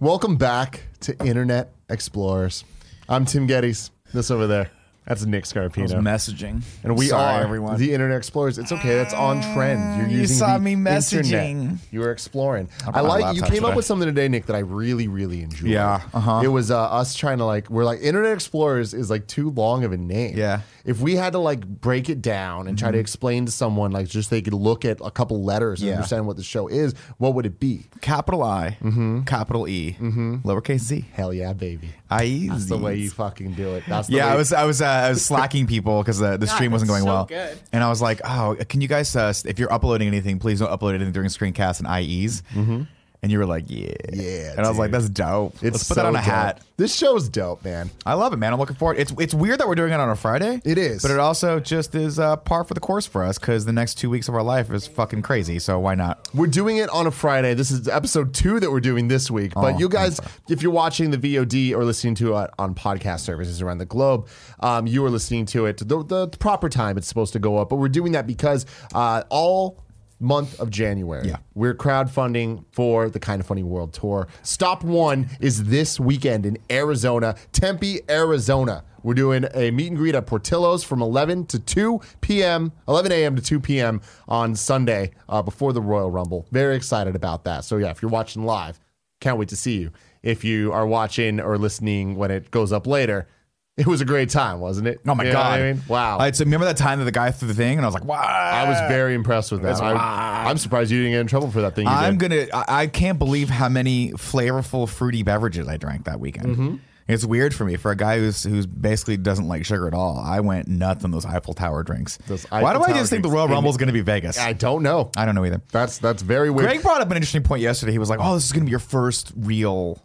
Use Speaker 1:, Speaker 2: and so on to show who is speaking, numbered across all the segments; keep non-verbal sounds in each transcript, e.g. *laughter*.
Speaker 1: Welcome back to Internet Explorers. I'm Tim Geddes. This over there. That's Nick
Speaker 2: It's
Speaker 1: Scarpino.
Speaker 2: messaging.
Speaker 1: and we
Speaker 2: Sorry,
Speaker 1: are
Speaker 2: everyone.
Speaker 1: the Internet Explorers. It's okay. That's on trend. You're
Speaker 2: You
Speaker 1: using
Speaker 2: saw
Speaker 1: the
Speaker 2: me messaging.
Speaker 1: Internet. You were exploring. I
Speaker 2: on my
Speaker 1: like you
Speaker 2: laptop
Speaker 1: came up
Speaker 2: today.
Speaker 1: with something today, Nick, that I really, really enjoyed.
Speaker 2: Yeah, uh-huh.
Speaker 1: It was uh, us trying to like we're like Internet Explorers is like too long of a name.
Speaker 2: Yeah. Mm-hmm.
Speaker 1: If we had to like break it down and try to explain to someone like just they could look at a couple letters and
Speaker 2: Yeah.
Speaker 1: understand what the show is, what would it be?
Speaker 2: capital I,
Speaker 1: Mm-hmm.
Speaker 2: capital E, lowercase z.
Speaker 1: Hell yeah, baby.
Speaker 2: I
Speaker 1: Mm-hmm.
Speaker 2: E
Speaker 1: That's the way you fucking do it. That's the
Speaker 2: Yeah,
Speaker 1: way
Speaker 2: I was I was uh, I was slacking people because the, the stream wasn't
Speaker 3: that's
Speaker 2: going
Speaker 3: so
Speaker 2: well,
Speaker 3: good.
Speaker 2: and I was like, "Oh, can you guys? Uh, if you're uploading anything, please don't upload anything during screencasts and IEs." Mm-hmm. And you were like, "Yeah,
Speaker 1: Yeah,
Speaker 2: and I was like,
Speaker 1: dude.
Speaker 2: "That's dope.
Speaker 1: It's
Speaker 2: Let's
Speaker 1: so
Speaker 2: put that on a
Speaker 1: dope.
Speaker 2: hat."
Speaker 1: This show's dope, man.
Speaker 2: I love it, man. I'm looking forward. It's it's weird that we're doing it on a Friday.
Speaker 1: It is.
Speaker 2: but it also just is uh, par for the course for us because the next two weeks of our life is fucking crazy. So why not?
Speaker 1: We're doing it on a Friday. This is episode two that we're doing this week. But
Speaker 2: Oh,
Speaker 1: you guys, if you're watching the VOD or listening to it on podcast services around the globe, um, you are listening to it the, the proper time it's supposed to go up. But we're doing that because uh, all month of January,
Speaker 2: Yeah.
Speaker 1: we're crowdfunding for the Kind of Funny World Tour. Stop one is this weekend in Arizona, Tempe, Arizona. We're doing a meet and greet at Portillo's from 11 to 2 p.m., 11 a.m. to 2 p.m. on Sunday uh, before the Royal Rumble. Very excited about that. So, yeah, if you're watching live, can't wait to see you. If you are watching or listening when it goes up later, it was a great time, wasn't it?
Speaker 2: Oh my
Speaker 1: You know what
Speaker 2: god!
Speaker 1: I mean? Wow.
Speaker 2: I, so remember that time that the guy threw the thing, and I was like, "Wow!"
Speaker 1: I was very impressed with that.
Speaker 2: That's
Speaker 1: I,
Speaker 2: wild.
Speaker 1: I'm surprised you didn't get in trouble for that thing. You
Speaker 2: I'm
Speaker 1: did.
Speaker 2: gonna. I, I can't believe how many flavorful fruity beverages I drank that weekend.
Speaker 1: Mm-hmm.
Speaker 2: It's weird for me for a guy who's who's basically doesn't like sugar at all. I went nuts on those Eiffel Tower drinks.
Speaker 1: Those
Speaker 2: Why
Speaker 1: Eiffel
Speaker 2: do I
Speaker 1: Tower
Speaker 2: just think the
Speaker 1: drinks.
Speaker 2: Royal Rumble is going to be Vegas?
Speaker 1: I
Speaker 2: I,
Speaker 1: don't know.
Speaker 2: don't know either.
Speaker 1: That's that's very weird.
Speaker 2: Greg brought up an interesting point yesterday. He was like, "Oh, this is going to be your first real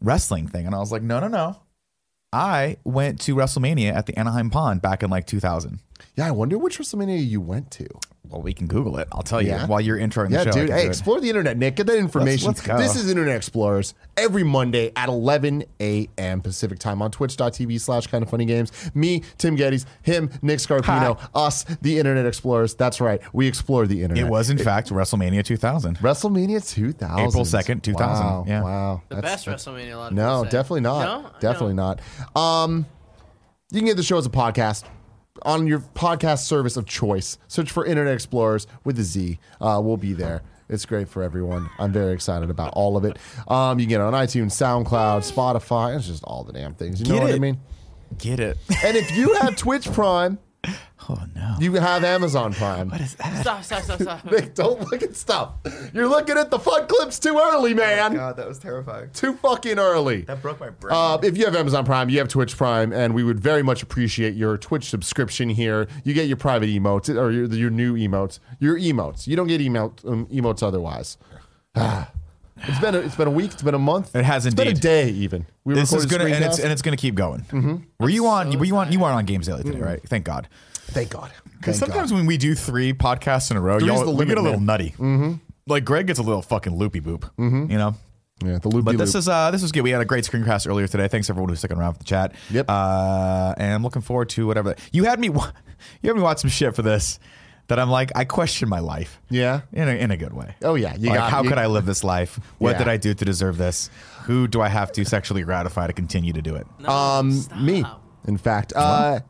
Speaker 2: wrestling thing," and I was like, "No, no, no." I went to WrestleMania at the Anaheim Pond back in like 2000.
Speaker 1: Yeah, I wonder which WrestleMania you went to.
Speaker 2: Well, we can Google it. I'll tell you
Speaker 1: Yeah.
Speaker 2: while you're introing the
Speaker 1: Yeah,
Speaker 2: show. I
Speaker 1: dude.
Speaker 2: can
Speaker 1: Hey,
Speaker 2: do it.
Speaker 1: explore the internet, Nick. Get that information.
Speaker 2: Let's- let's go.
Speaker 1: This is Internet Explorers every Monday at 11 a.m. Pacific time on twitch.tv slash kind of funny games. Me, Tim Geddes, him, Nick Scarpino, us, the Internet Explorers. That's right. We explore the internet.
Speaker 2: It was, in fact, WrestleMania 2000.
Speaker 1: WrestleMania 2000.
Speaker 2: April 2nd, 2000.
Speaker 1: Wow.
Speaker 2: Yeah.
Speaker 1: Wow.
Speaker 3: The
Speaker 1: That's-
Speaker 3: best WrestleMania. A lot of people
Speaker 1: No,
Speaker 3: say.
Speaker 1: definitely not.
Speaker 3: No,
Speaker 1: definitely not. Um, you can get the show as a podcast on your podcast service of choice. Search for Internet Explorers with a Z. Uh, we'll be there. It's great for everyone. I'm very excited about all of it. Um, you can get it on iTunes, SoundCloud, Spotify. It's just all the damn things. You know
Speaker 2: Get
Speaker 1: what I
Speaker 2: it.
Speaker 1: mean?
Speaker 2: Get it.
Speaker 1: And if you have Twitch Prime,
Speaker 2: *laughs* Oh, no.
Speaker 1: you have Amazon Prime.
Speaker 3: Stop! Stop! Stop!
Speaker 1: *laughs*
Speaker 3: Stop!
Speaker 1: Nick, don't look at stuff. You're looking at the fun clips too early, man.
Speaker 2: Oh that was terrifying.
Speaker 1: too fucking early.
Speaker 2: That broke my brain.
Speaker 1: Uh, if you have Amazon Prime, you have Twitch Prime, and we would very much appreciate your Twitch subscription here. You get your private emotes or your, your new emotes, your emotes. You don't get emote, um, emotes otherwise. *sighs* Ah. it's been a, it's been a week. It's been a month.
Speaker 2: It has
Speaker 1: it's been a
Speaker 2: indeed.
Speaker 1: day even. We
Speaker 2: this is
Speaker 1: recorded
Speaker 2: gonna and
Speaker 1: Screencast.
Speaker 2: it's and it's gonna keep going. Were you on? were you on? You weren't on Games Daily today, right? Thank God.
Speaker 1: thank God.
Speaker 2: Because sometimes when we do three podcasts in a row,
Speaker 1: Three's
Speaker 2: y'all
Speaker 1: the
Speaker 2: we get
Speaker 1: limit,
Speaker 2: a little
Speaker 1: man. Mm-hmm.
Speaker 2: nutty. Like Greg gets a little fucking loopy boop. You know.
Speaker 1: yeah, the loop.
Speaker 2: But this is uh, this is good. We had a great screencast earlier today. Thanks everyone who's sticking around for the chat.
Speaker 1: Yep.
Speaker 2: Uh, and I'm looking forward to whatever you had me. *laughs* wa- You had me watch some shit for this that I'm like I question my life.
Speaker 1: Yeah.
Speaker 2: In a, in a good way.
Speaker 1: Oh, yeah. You
Speaker 2: like
Speaker 1: got-
Speaker 2: how
Speaker 1: you-
Speaker 2: could I live this life? What
Speaker 1: Yeah.
Speaker 2: did I do to deserve this? Who do I have to sexually gratify to continue to do it?
Speaker 3: No,
Speaker 1: um
Speaker 3: stop.
Speaker 1: me. In fact, uh,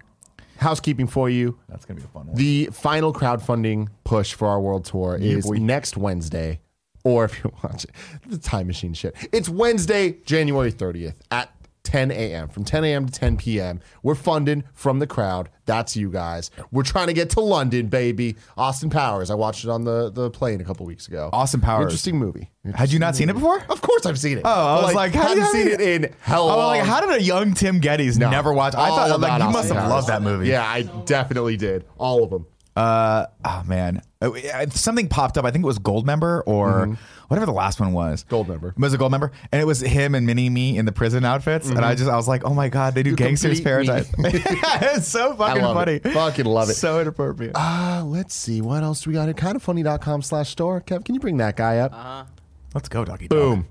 Speaker 1: housekeeping for you.
Speaker 2: That's gonna be a fun one.
Speaker 1: The final crowdfunding push for our world tour is next Wednesday, or if you *laughs* watch it, the time machine shit. It's Wednesday, January 30th at 10 a.m. From 10 a.m. to 10 p.m. We're funding from the crowd. That's you guys. We're trying to get to London, baby. Austin Powers. I watched it on the, the plane a couple weeks ago.
Speaker 2: Austin Powers.
Speaker 1: Interesting movie.
Speaker 2: Had you not seen it before?
Speaker 1: Of course, I've seen it.
Speaker 2: Oh, I
Speaker 1: But,
Speaker 2: was like, how
Speaker 1: haven't
Speaker 2: do you-
Speaker 1: seen it in hell.
Speaker 2: Oh,
Speaker 1: long.
Speaker 2: like how did a young Tim Geddes
Speaker 1: No.
Speaker 2: never watch? I
Speaker 1: All
Speaker 2: thought
Speaker 1: about
Speaker 2: like you
Speaker 1: Austin
Speaker 2: must have
Speaker 1: Powers.
Speaker 2: loved that movie.
Speaker 1: Yeah, I definitely did. All of them.
Speaker 2: Uh, oh man, Uh, uh, something popped up. I think it was Gold Member or
Speaker 1: Mm-hmm.
Speaker 2: whatever the last one was.
Speaker 1: Goldmember.
Speaker 2: was a Gold Member, and it was him and Mini Me in the prison outfits. And I just I was like, oh my god, they do Gangsters
Speaker 1: Mm-hmm. complete me.
Speaker 2: Paradise. *laughs* it's so fucking
Speaker 1: love
Speaker 2: funny.
Speaker 1: it. Fucking love it.
Speaker 2: So inappropriate.
Speaker 1: Uh, let's see. What else do
Speaker 2: Uh,
Speaker 1: we got here? Kindoffunny.com slash store. Kev, can you bring that guy up?
Speaker 2: Let's go, doggy.
Speaker 1: Boom.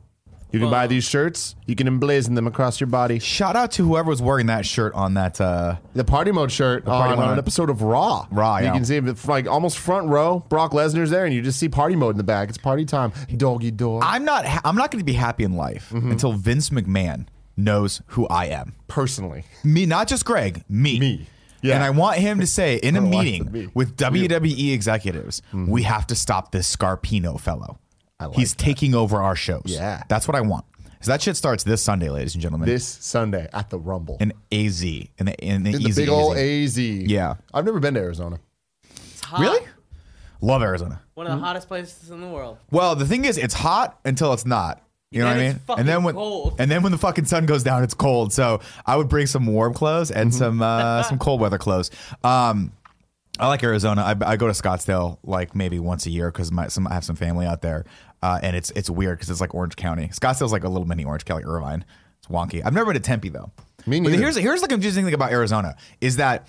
Speaker 1: You can buy these shirts. You can emblazon them across your body.
Speaker 2: Shout out to whoever was wearing that shirt on that. Uh,
Speaker 1: The party mode shirt
Speaker 2: party
Speaker 1: on,
Speaker 2: mode.
Speaker 1: on an episode of Raw.
Speaker 2: Raw,
Speaker 1: You
Speaker 2: yeah.
Speaker 1: can see him like almost front row. Brock Lesnar's there, and you just see party mode in the back. It's party time. Doggy dog.
Speaker 2: I'm not. Ha- I'm not going to be happy in life
Speaker 1: Mm-hmm.
Speaker 2: until Vince McMahon knows who I am.
Speaker 1: personally,
Speaker 2: Me, not just Greg. Me.
Speaker 1: Me. Yeah.
Speaker 2: And I want him to say
Speaker 1: *laughs*
Speaker 2: in a
Speaker 1: don't like the
Speaker 2: meeting
Speaker 1: me. Mm-hmm.
Speaker 2: with WWE executives, we have to stop this Scarpino fellow.
Speaker 1: I like
Speaker 2: He's taking over our shows.
Speaker 1: Yeah.
Speaker 2: That's what I want. So that shit starts this Sunday, ladies and gentlemen.
Speaker 1: this Sunday at the Rumble
Speaker 2: an AZ, an, an
Speaker 1: in
Speaker 2: easy
Speaker 1: the big old AZ.
Speaker 2: AZ. Yeah.
Speaker 1: I've never been to Arizona.
Speaker 3: It's hot.
Speaker 2: Really? Love Arizona.
Speaker 3: One
Speaker 1: Mm.
Speaker 3: of the hottest places in the world.
Speaker 2: Well, the thing is, it's hot until it's not. You know
Speaker 3: Then
Speaker 2: what I
Speaker 3: it's
Speaker 2: mean?
Speaker 3: fucking
Speaker 2: And then when
Speaker 3: cold.
Speaker 2: and then when the fucking sun goes down, it's cold. So I would bring some warm clothes
Speaker 1: Mm-hmm.
Speaker 2: and some uh, some cold weather clothes. Um, I like Arizona. I, I go to Scottsdale like maybe once a year because my some I have some family out there, uh, and it's it's weird because it's like Orange County. Scottsdale's like a little mini Orange County, Irvine. It's wonky. I've never been to Tempe though.
Speaker 1: Me
Speaker 2: But
Speaker 1: neither.
Speaker 2: here's here's the confusing thing about Arizona is that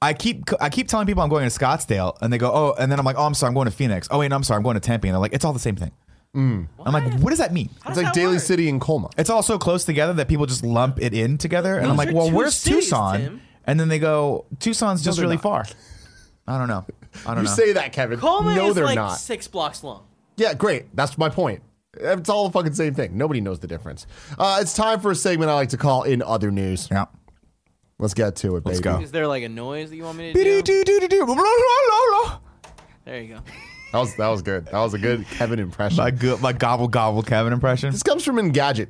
Speaker 2: I keep I keep telling people I'm going to Scottsdale, and they go, oh, and then I'm like, oh, I'm sorry, I'm going to Phoenix. Oh wait, no, I'm sorry, I'm going to Tempe, and they're like, it's all the same thing.
Speaker 1: Mm.
Speaker 2: I'm like, what does that mean?
Speaker 1: It's
Speaker 3: How does
Speaker 1: like
Speaker 3: that
Speaker 1: Daly
Speaker 3: work?
Speaker 1: City and Colma.
Speaker 2: It's all so close together that people just lump it in together, and I'm
Speaker 3: Those
Speaker 2: like,
Speaker 3: are
Speaker 2: well,
Speaker 3: two
Speaker 2: where's
Speaker 3: cities,
Speaker 2: Tucson?
Speaker 3: Tim.
Speaker 2: And then they go, Tucson's just
Speaker 1: they're
Speaker 2: really
Speaker 1: not.
Speaker 2: far. I don't know. I don't
Speaker 1: You
Speaker 2: know.
Speaker 1: say that, Kevin.
Speaker 3: Coleman
Speaker 1: no,
Speaker 3: is
Speaker 1: they're
Speaker 3: like
Speaker 1: not.
Speaker 3: six blocks long.
Speaker 1: Yeah, great. That's my point. It's all the fucking same thing. Nobody knows the difference. Uh, it's time for a segment I like to call "In Other News."
Speaker 2: yeah.
Speaker 1: Let's get to it, baby.
Speaker 2: Let's go.
Speaker 3: Is there like a noise that you want me to do?
Speaker 2: My
Speaker 3: There you go.
Speaker 1: That was that was good. That was a good Kevin impression.
Speaker 2: good, my gobble gobble Kevin impression.
Speaker 1: This comes from Engadget.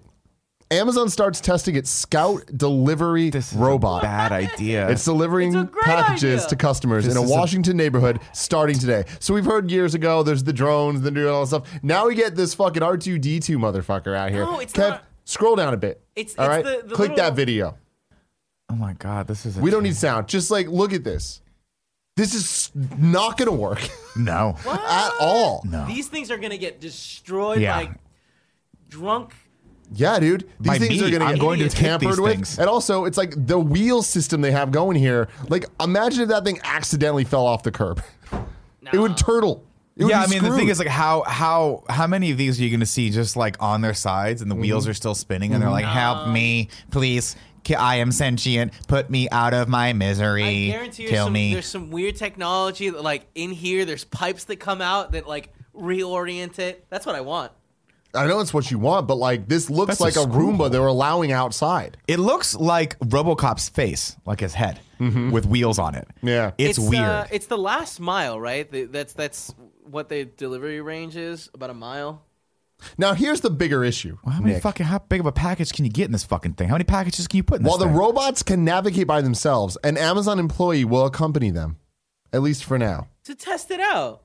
Speaker 1: Amazon starts testing its Scout delivery
Speaker 2: This is
Speaker 1: robot.
Speaker 2: a bad idea.
Speaker 1: It's delivering
Speaker 3: It's a great
Speaker 1: packages
Speaker 3: idea.
Speaker 1: to customers
Speaker 2: This
Speaker 1: in a
Speaker 2: is a-
Speaker 1: Washington neighborhood starting today. So we've heard years ago there's the drones, the new all that stuff. Now we get this fucking R2D2 motherfucker out here.
Speaker 3: No, it's
Speaker 1: Kev,
Speaker 3: not-
Speaker 1: scroll down a bit.
Speaker 3: It's-
Speaker 1: all right.
Speaker 3: it's the- the
Speaker 1: Click
Speaker 3: little-
Speaker 1: that video.
Speaker 2: *laughs* oh my god, this is. A
Speaker 1: We don't need sound. Just like look at this. This is not going to work *laughs*
Speaker 2: no.
Speaker 1: *laughs* at all.
Speaker 3: Ah! These things are gonna get destroyed
Speaker 2: Yeah.
Speaker 3: by drunk.
Speaker 1: Yeah, dude. These
Speaker 2: My
Speaker 1: things are
Speaker 2: beat.
Speaker 1: gonna
Speaker 2: I'm
Speaker 1: get
Speaker 2: going to take
Speaker 1: tampered
Speaker 2: these
Speaker 1: with.
Speaker 2: things.
Speaker 1: And also, it's like the wheel system they have going here. Like, imagine if that thing accidentally fell off the curb. *laughs* It
Speaker 2: *gasps*
Speaker 3: Nah.
Speaker 1: would turtle. It would
Speaker 2: yeah,
Speaker 1: be
Speaker 2: I mean the thing
Speaker 1: screwed.
Speaker 2: is like how how how many of these are you going to see just like on their sides and the
Speaker 1: Mm-hmm.
Speaker 2: wheels are still spinning and they're like
Speaker 3: Mm-hmm.
Speaker 2: help me please Ki- I am sentient put me out of my
Speaker 3: I
Speaker 2: misery
Speaker 3: guarantee you
Speaker 2: kill
Speaker 3: some,
Speaker 2: me
Speaker 3: there's some weird technology that like in here there's pipes that come out that like reorient it. That's what I want.
Speaker 1: I know it's what you want, but like this looks
Speaker 2: That's a
Speaker 1: like a,
Speaker 2: screw
Speaker 1: Roomba
Speaker 2: hole.
Speaker 1: they're allowing outside.
Speaker 2: It looks like RoboCop's face like his head with wheels on it
Speaker 1: Mm-hmm. Yeah.
Speaker 2: it's, weird
Speaker 3: uh, it's the last mile, right? The- That's that's what the delivery range is, about a mile.
Speaker 1: Now, here's the bigger issue.
Speaker 2: how many
Speaker 1: Nick.
Speaker 2: fucking how big of a package can you get in this fucking thing how many packages can you put in
Speaker 1: While
Speaker 2: this
Speaker 1: the
Speaker 2: thing?
Speaker 1: robots can navigate by themselves, an Amazon employee will accompany them, at least for now.
Speaker 3: To test it out.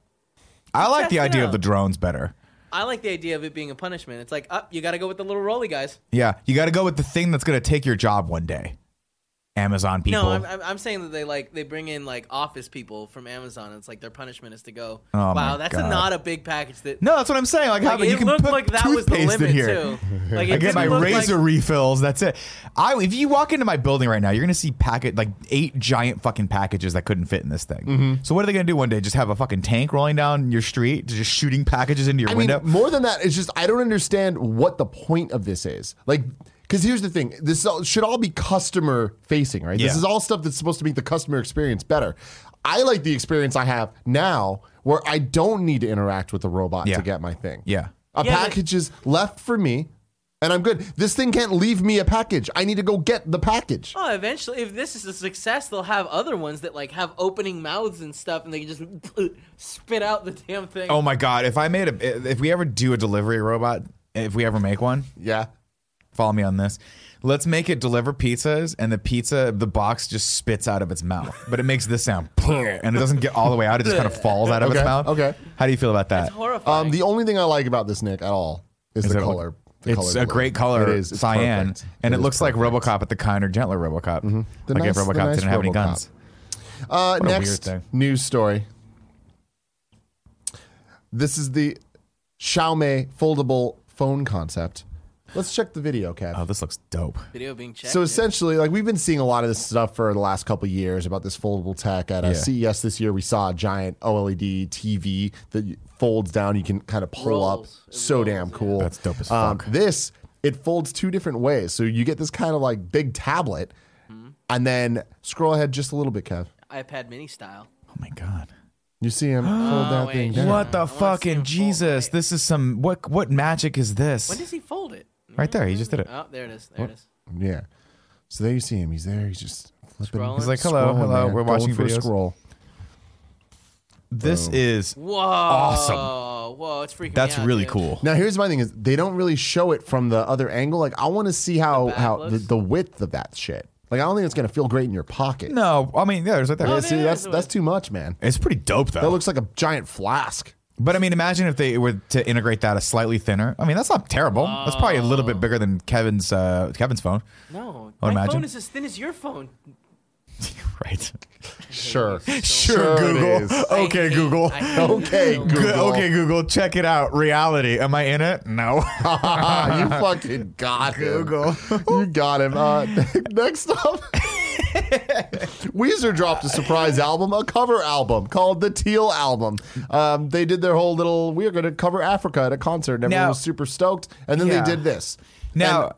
Speaker 2: I like the
Speaker 3: Test it
Speaker 2: idea of
Speaker 3: out.
Speaker 2: the drones better
Speaker 3: I like the idea of it being a punishment. It's like, up, you got to go with the little roly guys.
Speaker 2: yeah you got to go with the thing that's going to take your job one day Amazon people
Speaker 3: No, I'm, I'm, I'm saying that they like they bring in like office people from Amazon. And it's like their punishment is to go.
Speaker 2: Oh, my
Speaker 3: wow, that's a,
Speaker 2: God.
Speaker 3: not a big package. That
Speaker 2: No, that's what I'm saying. Like, how
Speaker 3: like,
Speaker 2: you
Speaker 3: it
Speaker 2: can
Speaker 3: looked
Speaker 2: put
Speaker 3: like that was
Speaker 2: toothpaste
Speaker 3: the limit
Speaker 2: in here.
Speaker 3: too. Like, it
Speaker 2: I get
Speaker 3: didn't
Speaker 2: my
Speaker 3: look like-
Speaker 2: razor refills. That's it. I if you walk into my building right now, you're gonna see packet like eight giant fucking packages that couldn't fit in this thing.
Speaker 1: Mm-hmm.
Speaker 2: So what are they gonna do one day? Just have a fucking tank rolling down your street, just shooting packages into your
Speaker 1: I
Speaker 2: window?
Speaker 1: mean, more than that, it's just I don't understand what the point of this is. Like, because here's the thing: this all, should all be customer facing, right? This
Speaker 2: Yeah.
Speaker 1: is all stuff that's supposed to make the customer experience better. I like the experience I have now, where I don't need to interact with the robot
Speaker 2: Yeah.
Speaker 1: to get my thing.
Speaker 2: Yeah.
Speaker 1: a
Speaker 3: Yeah, but-
Speaker 1: package is left for me, and I'm good. This thing can't leave me a package. I need to go get the package.
Speaker 3: Oh, eventually, if this is a success, they'll have other ones that like have opening mouths and stuff, and they can just *laughs* spit out the damn thing.
Speaker 2: oh my god! If I made a if we ever do a delivery robot, if we ever make one,
Speaker 1: Yeah.
Speaker 2: follow me on this. Let's make it deliver pizzas, and the pizza, the box just spits out of its mouth, but it makes this sound, *laughs* and it doesn't get all the way out. It just kind of falls out of
Speaker 1: Okay,
Speaker 2: its mouth.
Speaker 1: okay.
Speaker 2: How do you feel about that?
Speaker 3: It's horrifying.
Speaker 1: Um, the only thing I like about this Nick at all is,
Speaker 2: Is
Speaker 1: the
Speaker 2: it-
Speaker 1: color. The
Speaker 2: it's
Speaker 1: color
Speaker 2: a
Speaker 1: blue.
Speaker 2: great color.
Speaker 1: It is It's
Speaker 2: cyan,
Speaker 1: perfect.
Speaker 2: and it,
Speaker 1: is
Speaker 2: looks
Speaker 1: perfect. Mm-hmm.
Speaker 2: like RoboCop, but the kinder, gentler RoboCop.
Speaker 1: The
Speaker 2: Like
Speaker 1: nice-
Speaker 2: if
Speaker 1: the
Speaker 2: RoboCop
Speaker 1: nice
Speaker 2: didn't have any
Speaker 1: RoboCop.
Speaker 2: guns.
Speaker 1: Uh,
Speaker 2: a weird
Speaker 1: next
Speaker 2: thing.
Speaker 1: news story. This is the Xiaomi foldable phone concept. Let's check the video, Kev.
Speaker 2: Oh, this looks dope.
Speaker 3: Video being checked.
Speaker 1: So
Speaker 3: dude.
Speaker 1: essentially, like we've been seeing a lot of this stuff for the last couple of years about this foldable tech. At uh,
Speaker 2: Yeah.
Speaker 1: CES this year, we saw a giant OLED TV that you- folds down. You can kind of pull
Speaker 3: Rolls.
Speaker 1: up.
Speaker 3: It
Speaker 1: So
Speaker 3: rolls,
Speaker 1: damn
Speaker 3: yeah.
Speaker 1: cool.
Speaker 2: That's dope as
Speaker 1: Um,
Speaker 2: fuck.
Speaker 1: this it folds two different ways, so you get this kind of like big tablet,
Speaker 3: Mm-hmm.
Speaker 1: and then scroll ahead just a little bit, Kev.
Speaker 3: iPad mini style.
Speaker 2: Oh my god.
Speaker 1: You see
Speaker 3: *gasps*
Speaker 1: him fold that
Speaker 3: wait.
Speaker 1: thing down.
Speaker 2: What
Speaker 3: I
Speaker 2: the
Speaker 3: wanna see him
Speaker 2: fucking
Speaker 3: fold.
Speaker 2: Jesus?
Speaker 3: Wait.
Speaker 2: This is some what what magic is this?
Speaker 3: When does he fold it?
Speaker 2: Right there, he just did it.
Speaker 3: Oh, there it is. There it is.
Speaker 1: Yeah. So there you see him. He's there. He's just flipping.
Speaker 3: Scrolling. He's
Speaker 2: like, hello,
Speaker 1: scrolling,
Speaker 2: hello,
Speaker 1: man.
Speaker 2: we're
Speaker 1: Going
Speaker 2: watching
Speaker 1: for a
Speaker 2: videos.
Speaker 1: scroll.
Speaker 2: This is
Speaker 3: Whoa.
Speaker 2: Awesome.
Speaker 3: Whoa, it's freaking
Speaker 2: that's
Speaker 3: me out,
Speaker 2: really
Speaker 3: dude.
Speaker 2: cool.
Speaker 1: Now here's my thing is they don't really show it from the other angle. Like I want to see how
Speaker 3: The back
Speaker 1: how the,
Speaker 3: looks?
Speaker 1: the width of that shit. Like I don't think it's gonna feel great in your pocket.
Speaker 2: No, I mean, yeah, there's right there.
Speaker 1: Yeah,
Speaker 3: Oh,
Speaker 1: see,
Speaker 3: there
Speaker 1: that's
Speaker 3: is the
Speaker 1: that's
Speaker 3: width.
Speaker 1: too much, man.
Speaker 2: It's pretty dope though.
Speaker 1: That looks like a giant flask.
Speaker 2: but I mean, imagine if they were to integrate that a slightly thinner. I mean, that's not terrible. That's probably a little bit bigger than Kevin's uh,
Speaker 1: *laughs*
Speaker 2: Kevin's phone.
Speaker 3: No,
Speaker 2: I would
Speaker 3: my
Speaker 2: imagine.
Speaker 3: phone is as thin as your phone.
Speaker 2: right.
Speaker 1: Sure.
Speaker 2: Sure, Google. Okay,
Speaker 3: I hate-
Speaker 2: Google.
Speaker 3: I hate
Speaker 1: Okay,
Speaker 3: Google.
Speaker 1: Google.
Speaker 2: Good- *laughs* okay, Google, check it out. Reality. Am I in it? No. *laughs*
Speaker 1: Ah, *laughs* you fucking got him.
Speaker 2: Google.
Speaker 1: you got him. Uh, *laughs* next up, Weezer dropped a surprise album, a cover album called the Teal Album. Um, they did their whole little, we are going to cover Africa at a concert, and everyone
Speaker 2: Now-
Speaker 1: was super stoked. And then
Speaker 2: Yeah.
Speaker 1: they did this.
Speaker 2: now,
Speaker 1: And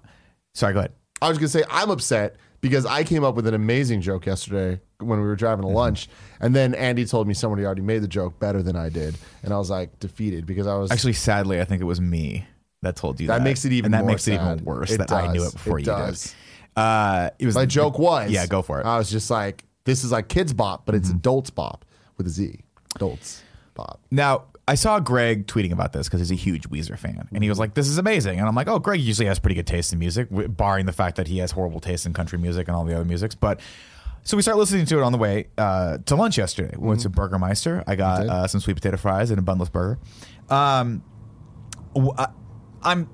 Speaker 2: sorry, go ahead.
Speaker 1: I was going to say, I'm upset because I came up with an amazing joke yesterday when we were driving
Speaker 2: Mm-hmm.
Speaker 1: to lunch. And then Andy told me somebody already made the joke better than I did. And I was like defeated because I was
Speaker 2: Actually, sadly, I think it was me that told you that.
Speaker 1: That makes it even
Speaker 2: and that
Speaker 1: more
Speaker 2: makes it
Speaker 1: sad.
Speaker 2: even worse
Speaker 1: It
Speaker 2: that I knew
Speaker 1: does.
Speaker 2: it before
Speaker 1: It
Speaker 2: you
Speaker 1: does.
Speaker 2: did. Uh, it was
Speaker 1: My joke was. Uh,
Speaker 2: Yeah, go for it. Mm-hmm.
Speaker 1: I was just like, this is like kids bop, but it's adults bop with a Z. Adults bop.
Speaker 2: Now, I saw Greg tweeting about this because he's a huge Weezer fan. And he was like, this is amazing. And I'm like, oh, Greg usually has pretty good taste in music, w- barring the fact that he has horrible taste in country music and all the other musics. But so we start listening to it on the way uh, to lunch yesterday. We
Speaker 1: Mm-hmm.
Speaker 2: went to Burgermeister. I got uh, some sweet potato fries and a bunless burger. Um, w- I, am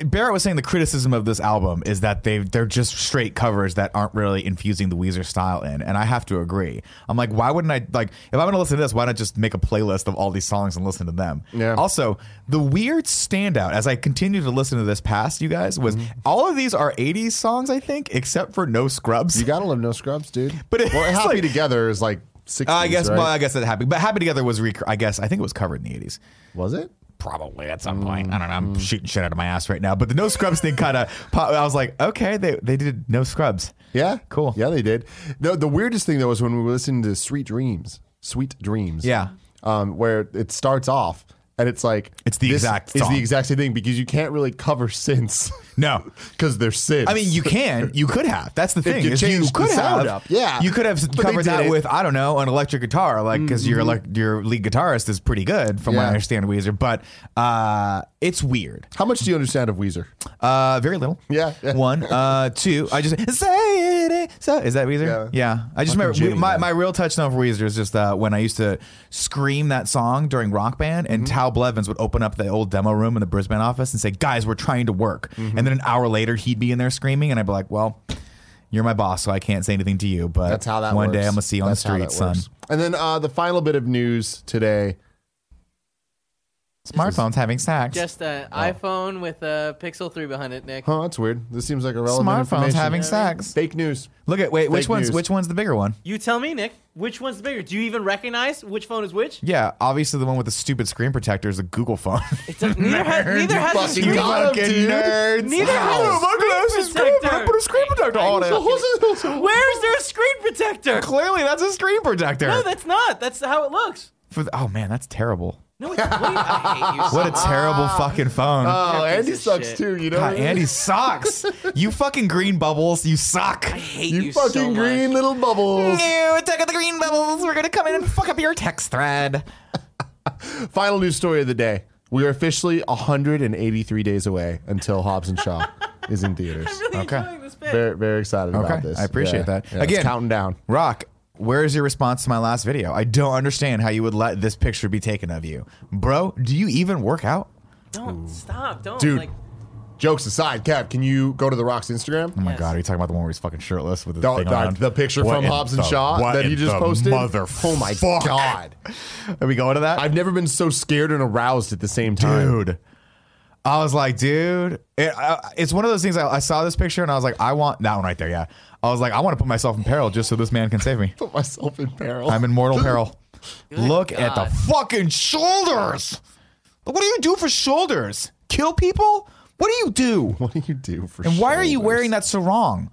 Speaker 2: Barrett was saying the criticism of this album is that they they're just straight covers that aren't really infusing the Weezer style in, and I have to agree. I'm like, why wouldn't I like if I'm gonna listen to this? Why not just make a playlist of all these songs and listen to them?
Speaker 1: Yeah.
Speaker 2: Also, the weird standout as I continue to listen to this past you guys was
Speaker 1: Mm-hmm.
Speaker 2: all of these are '80s songs, I think, except for No Scrubs.
Speaker 1: You gotta love no scrubs, dude.
Speaker 2: *laughs* But it's
Speaker 1: well, happy
Speaker 2: like-
Speaker 1: together is like sixties.
Speaker 2: *laughs* I guess,
Speaker 1: right?
Speaker 2: well, I guess that Happy, but Happy Together was, rec- I guess, I think it was covered in the '80s.
Speaker 1: was it?
Speaker 2: probably at some point. I don't know. I'm
Speaker 1: Mm-hmm.
Speaker 2: shooting shit out of my ass right now. But the no scrubs thing kind of, I was like, okay, they, they did no scrubs.
Speaker 1: Yeah,
Speaker 2: Cool.
Speaker 1: Yeah, they did. No, the weirdest thing though was when we were listening to Sweet Dreams. Sweet Dreams.
Speaker 2: Yeah.
Speaker 1: Um, where it starts off and it's like
Speaker 2: It's the
Speaker 1: this
Speaker 2: exact
Speaker 1: Is
Speaker 2: song.
Speaker 1: the exact same thing because you can't really cover *laughs* since
Speaker 2: No.
Speaker 1: because they're since.
Speaker 2: I mean, you can, you could have. That's the thing.
Speaker 1: you
Speaker 2: is
Speaker 1: changed the
Speaker 2: could
Speaker 1: sound
Speaker 2: have,
Speaker 1: up. Yeah.
Speaker 2: you could have
Speaker 1: But they
Speaker 2: covered that
Speaker 1: didn't.
Speaker 2: with I don't know an electric guitar, like because your elec- your lead guitarist is pretty good from what
Speaker 1: Yeah.
Speaker 2: I understand, Weezer. But uh, it's weird.
Speaker 1: how much do you understand of Weezer?
Speaker 2: Uh, very little.
Speaker 1: Yeah.
Speaker 2: One. Uh, two. I just say it. eh, So is that Weezer?
Speaker 1: Yeah.
Speaker 2: I just
Speaker 1: Fucking
Speaker 2: remember
Speaker 1: Jimmy,
Speaker 2: we, my,
Speaker 1: man.
Speaker 2: my real touchdown for Weezer is just uh, when I used to scream that song during Rock Band, and
Speaker 1: Mm-hmm.
Speaker 2: Tal Blevins would open up the old demo room in the Brisbane office and say, "Guys, we're trying to work,"
Speaker 1: Mm-hmm.
Speaker 2: and then an hour later he'd be in there screaming, and I'd be like, "Well." You're my boss, so I can't say anything to you. But
Speaker 1: That's how that
Speaker 2: one day
Speaker 1: works.
Speaker 2: I'm gonna see you on
Speaker 1: That's
Speaker 2: the
Speaker 1: how
Speaker 2: street,
Speaker 1: that
Speaker 2: son.
Speaker 1: works. And then uh, the final bit of news today.
Speaker 2: Smartphones having sex.
Speaker 3: Just an iPhone with a Pixel 3 behind it, Nick.
Speaker 1: Huh, that's weird. This seems like irrelevant
Speaker 2: Smartphones
Speaker 1: information.
Speaker 2: having sex.
Speaker 1: fake
Speaker 3: *laughs*
Speaker 1: news.
Speaker 2: Look at wait, which
Speaker 1: Fake
Speaker 2: one's
Speaker 1: news.
Speaker 2: which one's the bigger one?
Speaker 3: You tell me, Nick, which one's the bigger? Do you even recognize which phone is
Speaker 2: *laughs*
Speaker 3: which?
Speaker 2: Yeah, obviously the one with the stupid screen protector is a Google phone.
Speaker 3: It does, neither has, neither has a
Speaker 1: fucking
Speaker 3: screen.
Speaker 1: got him, dude.
Speaker 2: *laughs*
Speaker 3: Neither has *laughs* a
Speaker 2: my
Speaker 3: screen
Speaker 2: glasses screen protector. I
Speaker 3: protector.
Speaker 2: put a screen protector on
Speaker 3: *laughs* So
Speaker 2: it.
Speaker 3: who's- Where's their screen protector?
Speaker 2: Clearly, that's a screen protector.
Speaker 3: No, that's not. That's how it looks.
Speaker 2: For the- oh man, that's terrible. *laughs*
Speaker 3: No, it's. What, do you- I hate you so
Speaker 2: What a terrible
Speaker 3: Ah.
Speaker 2: fucking phone.
Speaker 1: *laughs* Oh,
Speaker 3: That piece
Speaker 1: Andy
Speaker 3: of
Speaker 1: sucks
Speaker 3: shit.
Speaker 1: too. You know,
Speaker 2: God, Andy
Speaker 3: *laughs*
Speaker 2: sucks. you fucking green bubbles. You suck.
Speaker 3: I hate
Speaker 1: you,
Speaker 3: you, so
Speaker 1: fucking green
Speaker 3: much. *laughs*
Speaker 1: little bubbles.
Speaker 2: You took the green bubbles. We're gonna come in and fuck up your text thread.
Speaker 1: Final news story of the day. We are officially 183 days away until Hobbs and
Speaker 3: *laughs*
Speaker 1: Shaw is in theaters.
Speaker 3: I'm really
Speaker 2: Okay.
Speaker 3: enjoying this bit.
Speaker 1: Very, very excited
Speaker 2: Okay,
Speaker 1: about this.
Speaker 2: I appreciate
Speaker 1: Yeah.
Speaker 2: that.
Speaker 1: Yeah, it's
Speaker 2: Again-
Speaker 1: counting down.
Speaker 2: Rock, where is your response to my last video? I don't understand how you would let this picture be taken of you, bro. Do you even work out?
Speaker 3: Don't stop. Don't.
Speaker 1: Dude.
Speaker 3: Like,
Speaker 1: Jokes aside, Kev, can you go to The Rock's Instagram?
Speaker 2: Oh my
Speaker 3: Yes.
Speaker 2: god, are you talking about the one where he's fucking shirtless with his
Speaker 1: The,
Speaker 2: thing
Speaker 1: the-
Speaker 2: around?
Speaker 1: the picture
Speaker 2: What
Speaker 1: from
Speaker 2: in
Speaker 1: Hobbs and
Speaker 2: the-
Speaker 1: Shaw
Speaker 2: what
Speaker 1: that he
Speaker 2: in
Speaker 1: just
Speaker 2: the
Speaker 1: posted.
Speaker 2: Mother,
Speaker 1: oh my
Speaker 2: fuck.
Speaker 1: god!
Speaker 2: Are we going to that,
Speaker 1: I've never been so scared and aroused at the same time.
Speaker 2: dude? I was like, dude, it, I, it's one of those things. I, I saw this picture and I was like, I want that one right there. Yeah. I was like, I want to put myself in peril just so this man can save me.
Speaker 1: *laughs* Put myself in peril.
Speaker 2: I'm in mortal peril. Look at
Speaker 3: God.
Speaker 2: the fucking shoulders. What do you do for shoulders? Kill people? What do you do?
Speaker 1: *laughs* what do you do for?
Speaker 2: And why are you
Speaker 1: shoulders?
Speaker 2: wearing that sarong?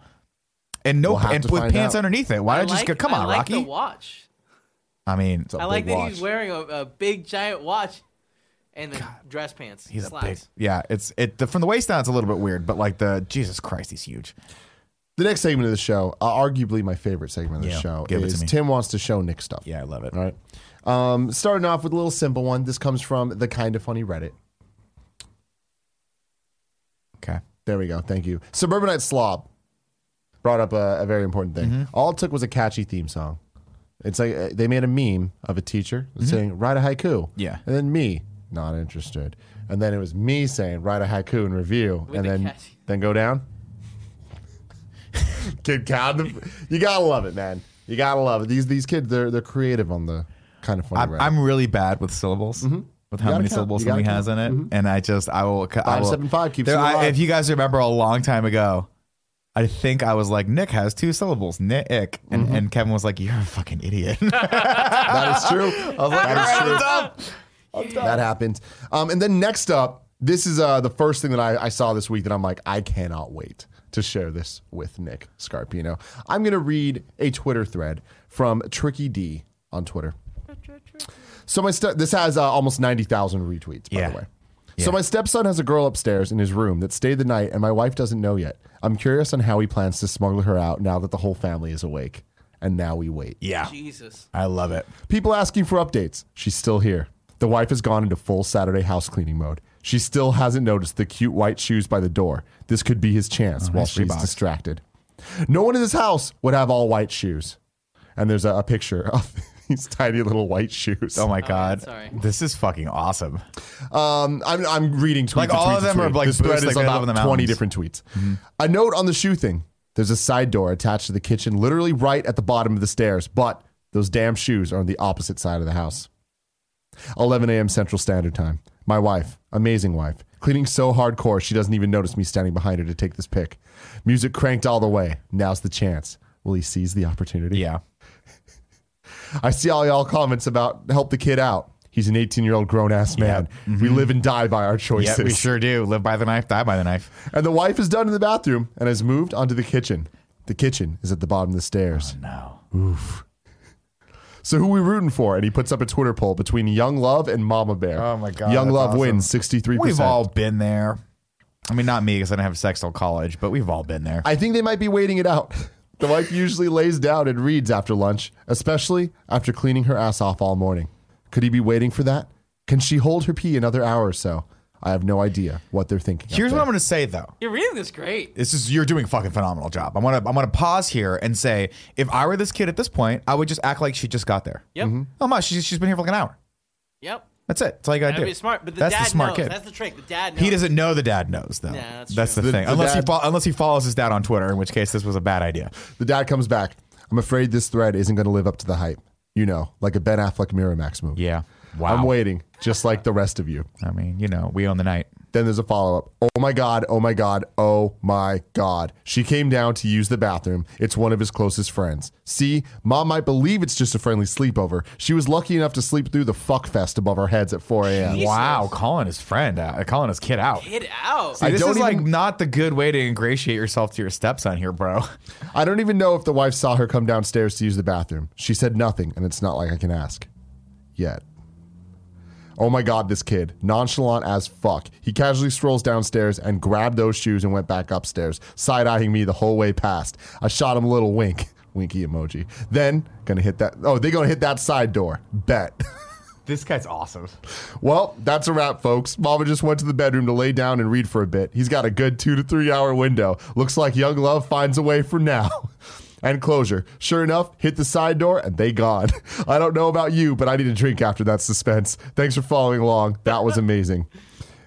Speaker 2: And no,
Speaker 1: We'll have
Speaker 2: and
Speaker 1: to
Speaker 2: with
Speaker 1: find
Speaker 2: pants
Speaker 1: out.
Speaker 2: underneath it. Why
Speaker 3: I
Speaker 2: not just
Speaker 3: like-
Speaker 2: go? Come
Speaker 3: I
Speaker 2: on,
Speaker 3: like The
Speaker 2: Rocky.
Speaker 3: watch.
Speaker 2: I mean,
Speaker 1: a
Speaker 3: I like
Speaker 1: big
Speaker 3: that
Speaker 1: watch.
Speaker 3: he's wearing a, a big giant watch and the dress pants.
Speaker 2: he's
Speaker 3: slacks.
Speaker 2: a big. Yeah, it's it the, from the waist down. It's a little bit weird, but like the Jesus Christ, he's huge.
Speaker 1: The next segment of the show, uh, arguably my favorite segment of the
Speaker 2: Yeah,
Speaker 1: show,
Speaker 2: give it to
Speaker 1: is
Speaker 2: me.
Speaker 1: Tim wants to show Nick stuff.
Speaker 2: Yeah, I love it.
Speaker 1: All right. Um, starting off with a little simple one. This comes from the kind of funny Reddit.
Speaker 2: Okay.
Speaker 1: There we go. Thank you. Suburbanite Slob brought up a, a very important thing. All it took was a catchy theme song. It's like uh, they made a meme of a teacher saying, write a haiku.
Speaker 2: Yeah.
Speaker 1: And then me, not interested. And then it was me saying, write a haiku and review. and
Speaker 3: the
Speaker 1: then,
Speaker 3: catchy-
Speaker 1: then go down. *laughs* Kid Cod. You got to love it, man. You got to love it. These these kids, they're, they're creative on the kind of funny
Speaker 2: I'm,
Speaker 1: Reddit.
Speaker 2: I'm really bad with syllables. With
Speaker 1: gotta
Speaker 2: how many
Speaker 1: count.
Speaker 2: syllables
Speaker 1: Mm-hmm. You gotta
Speaker 2: something has in it, and I just I will I
Speaker 1: Five,
Speaker 2: will,
Speaker 1: seven, five keeps
Speaker 2: there-
Speaker 1: you
Speaker 2: I-
Speaker 1: alive.
Speaker 2: If you guys remember, a long time ago, I think I was like Nick has two syllables, Nick, ick," and,
Speaker 1: Mm-hmm.
Speaker 2: and Kevin was like, "You're a fucking idiot." *laughs*
Speaker 1: that is true. that is true.
Speaker 2: Dumb.
Speaker 1: That happens. Um, and then next up, this is uh, the first thing that I, I saw this week that I'm like, I cannot wait to share this with Nick Scarpino. I'm going to read a Twitter thread from Tricky D on Twitter. So my ste- this has uh, almost 90,000 retweets, by
Speaker 2: Yeah.
Speaker 1: the way. So my stepson has a girl upstairs in his room that stayed the night, and my wife doesn't know yet. I'm curious on how he plans to smuggle her out now that the whole family is awake. And now we wait.
Speaker 3: *laughs*
Speaker 2: Yeah,
Speaker 3: Jesus.
Speaker 2: I love it.
Speaker 1: People asking for updates. She's still here. The wife has gone into full Saturday house cleaning mode. She still hasn't noticed the cute white shoes by the door. This could be his chance while
Speaker 2: nice
Speaker 1: she's
Speaker 2: Reebok.
Speaker 1: distracted. No one in this house would have all white shoes. And there's a, a picture of *laughs* these tiny little white shoes.
Speaker 2: Oh my
Speaker 3: yeah,
Speaker 2: god,
Speaker 3: sorry.
Speaker 2: this is fucking awesome.
Speaker 1: Um, I'm, I'm reading tweets.
Speaker 2: Like, all of them are, like,
Speaker 1: this thread
Speaker 2: boosts,
Speaker 1: is
Speaker 2: like, right
Speaker 1: about
Speaker 2: up in the
Speaker 1: 20
Speaker 2: mountains. Mm-hmm.
Speaker 1: different tweets. A note on the shoe thing. There's a side door attached to the kitchen, literally right at the bottom of the stairs, but those damn shoes are on the opposite side of the house. 11 a.m. Central Standard Time. My wife, amazing wife, cleaning so hardcore she doesn't even notice me standing behind her to take this pic. Music cranked all the way. Now's the chance. Will he seize the opportunity?
Speaker 2: Yeah,
Speaker 1: I see all y'all comments about help the kid out. He's an 18 year old grown ass man. We live and die by our
Speaker 2: Mm-hmm. yeah,
Speaker 1: choices.
Speaker 2: we sure do. Live by the knife, die by the knife.
Speaker 1: And the wife is done in the bathroom and has moved onto the kitchen. The kitchen is at the bottom of the stairs.
Speaker 2: No,
Speaker 1: So who we rooting for? And he puts up a Twitter poll between Young Love and Mama Bear.
Speaker 2: Oh my God,
Speaker 1: Young
Speaker 2: that's
Speaker 1: Love
Speaker 2: awesome.
Speaker 1: wins sixty three
Speaker 2: we've all
Speaker 1: percent.
Speaker 2: been there. I mean, not me because I didn't have sex till college, but we've all been there.
Speaker 1: I think they might be waiting it out. *laughs* The wife usually lays down and reads after lunch, especially after cleaning her ass off all morning. Could he be waiting for that? Can she hold her pee another hour or so? I have no idea what they're thinking. up
Speaker 2: Here's what
Speaker 1: there.
Speaker 2: I'm going to say though.
Speaker 3: You're reading this great.
Speaker 2: this is you're doing a fucking phenomenal job. I'm gonna I'm gonna pause here and say if I were this kid at this point, I would just act like she just got there.
Speaker 3: Yep.
Speaker 2: Oh my, she's she's been here for like an hour.
Speaker 3: Yep.
Speaker 2: That's it. That's all you gotta
Speaker 3: That'd
Speaker 2: do.
Speaker 3: be smart. But the
Speaker 2: that's
Speaker 3: dad
Speaker 2: the smart
Speaker 3: knows.
Speaker 2: kid.
Speaker 3: That's the trick. The dad knows.
Speaker 2: he doesn't know the dad knows though.
Speaker 3: that's
Speaker 2: that's
Speaker 3: true.
Speaker 2: the
Speaker 1: The-
Speaker 2: thing.
Speaker 1: the
Speaker 2: unless
Speaker 1: dad-
Speaker 2: he fo- unless he follows his dad on Twitter, in which case this was a bad idea.
Speaker 1: The dad comes back. I'm afraid this thread isn't going to live up to the hype. You know, like a Ben Affleck Miramax movie.
Speaker 2: Yeah. Wow.
Speaker 1: I'm waiting, just like the rest of you.
Speaker 2: I mean, you know, we own the night.
Speaker 1: Then there's a follow up. Oh my God. Oh my God. Oh my God. She came down to use the bathroom. It's one of his closest friends. See, mom might believe it's just a friendly sleepover. She was lucky enough to sleep through the fuck fest above our heads at 4 a.m.
Speaker 3: Jesus.
Speaker 2: Wow, calling his friend out, calling his kid out.
Speaker 3: Get out.
Speaker 2: See,
Speaker 1: I
Speaker 2: this
Speaker 1: don't
Speaker 2: is like
Speaker 1: even-
Speaker 2: not the good way to ingratiate yourself to your stepson here, bro.
Speaker 1: I don't even know if the wife saw her come downstairs to use the bathroom. She said nothing, and it's not like I can ask. Yet. Oh my god, this kid. Nonchalant as fuck. He casually strolls downstairs and grabbed those shoes and went back upstairs, side eyeing me the whole way past. I shot him a little wink. *laughs* Winky emoji. Then, gonna hit that. Oh, they gonna hit that side door. Bet.
Speaker 2: *laughs*
Speaker 1: *laughs*
Speaker 2: This guy's awesome.
Speaker 1: Well, that's a wrap, folks. Mama just went to the bedroom to lay down and read for a bit. He's got a good two to three hour window. Looks like young love finds a way for now. *laughs* And closure. Sure enough, hit the side door and they gone. *laughs* I don't know about you, but I need a drink after that suspense. Thanks for following along. That was amazing.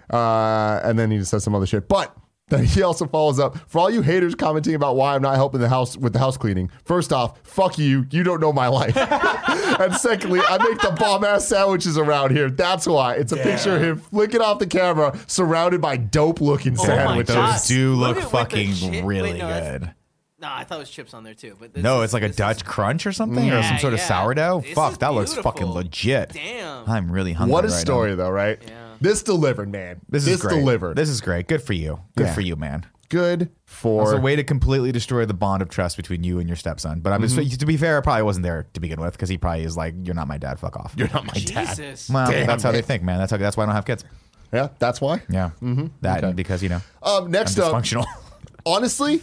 Speaker 1: Uh, and then he just says some other shit. But Then he also follows up for all you haters commenting about why I'm not helping the house with the house cleaning. First off, fuck you. You don't know my life. *laughs* and secondly, I make the bomb ass sandwiches around here. That's why. It's a picture of him flicking off the camera, surrounded by dope looking
Speaker 3: Oh my
Speaker 1: sandwiches.
Speaker 3: God.
Speaker 2: Those do
Speaker 3: Look
Speaker 2: look
Speaker 3: at what the shit-
Speaker 2: fucking
Speaker 3: wait,
Speaker 2: really
Speaker 3: no, that's-
Speaker 2: good.
Speaker 3: No, I thought it was chips on there too. But this
Speaker 2: No,
Speaker 3: is-
Speaker 2: it's like a
Speaker 3: this is-
Speaker 2: Dutch crunch or something, or
Speaker 3: Yeah,
Speaker 2: some sort of
Speaker 3: yeah.
Speaker 2: sourdough.
Speaker 3: This
Speaker 2: Fuck,
Speaker 3: is
Speaker 2: that looks fucking
Speaker 3: beautiful.
Speaker 2: legit.
Speaker 3: Damn.
Speaker 2: I'm really hungry.
Speaker 1: What a
Speaker 2: right now.
Speaker 1: story, though, right?
Speaker 3: Yeah.
Speaker 1: This delivered, man.
Speaker 2: This is great.
Speaker 1: delivered.
Speaker 2: This is great. Good for you. Good
Speaker 1: Yeah.
Speaker 2: for you, man.
Speaker 1: good
Speaker 2: It's a
Speaker 1: for
Speaker 2: way to completely destroy the bond of trust between you and your stepson. But I'm just, to be fair, I probably wasn't there to begin with because he probably is like, "You're not my dad. Fuck off."
Speaker 1: you're not my dad.
Speaker 2: *laughs*
Speaker 3: Jesus.
Speaker 2: Well,
Speaker 1: Damn
Speaker 2: that's how they
Speaker 1: it.
Speaker 2: think, man. That's how. That's why I don't have kids.
Speaker 1: Yeah, that's why.
Speaker 2: Yeah, that and because you know
Speaker 1: Um,
Speaker 2: I'm
Speaker 1: next up,
Speaker 2: dysfunctional.
Speaker 1: honestly,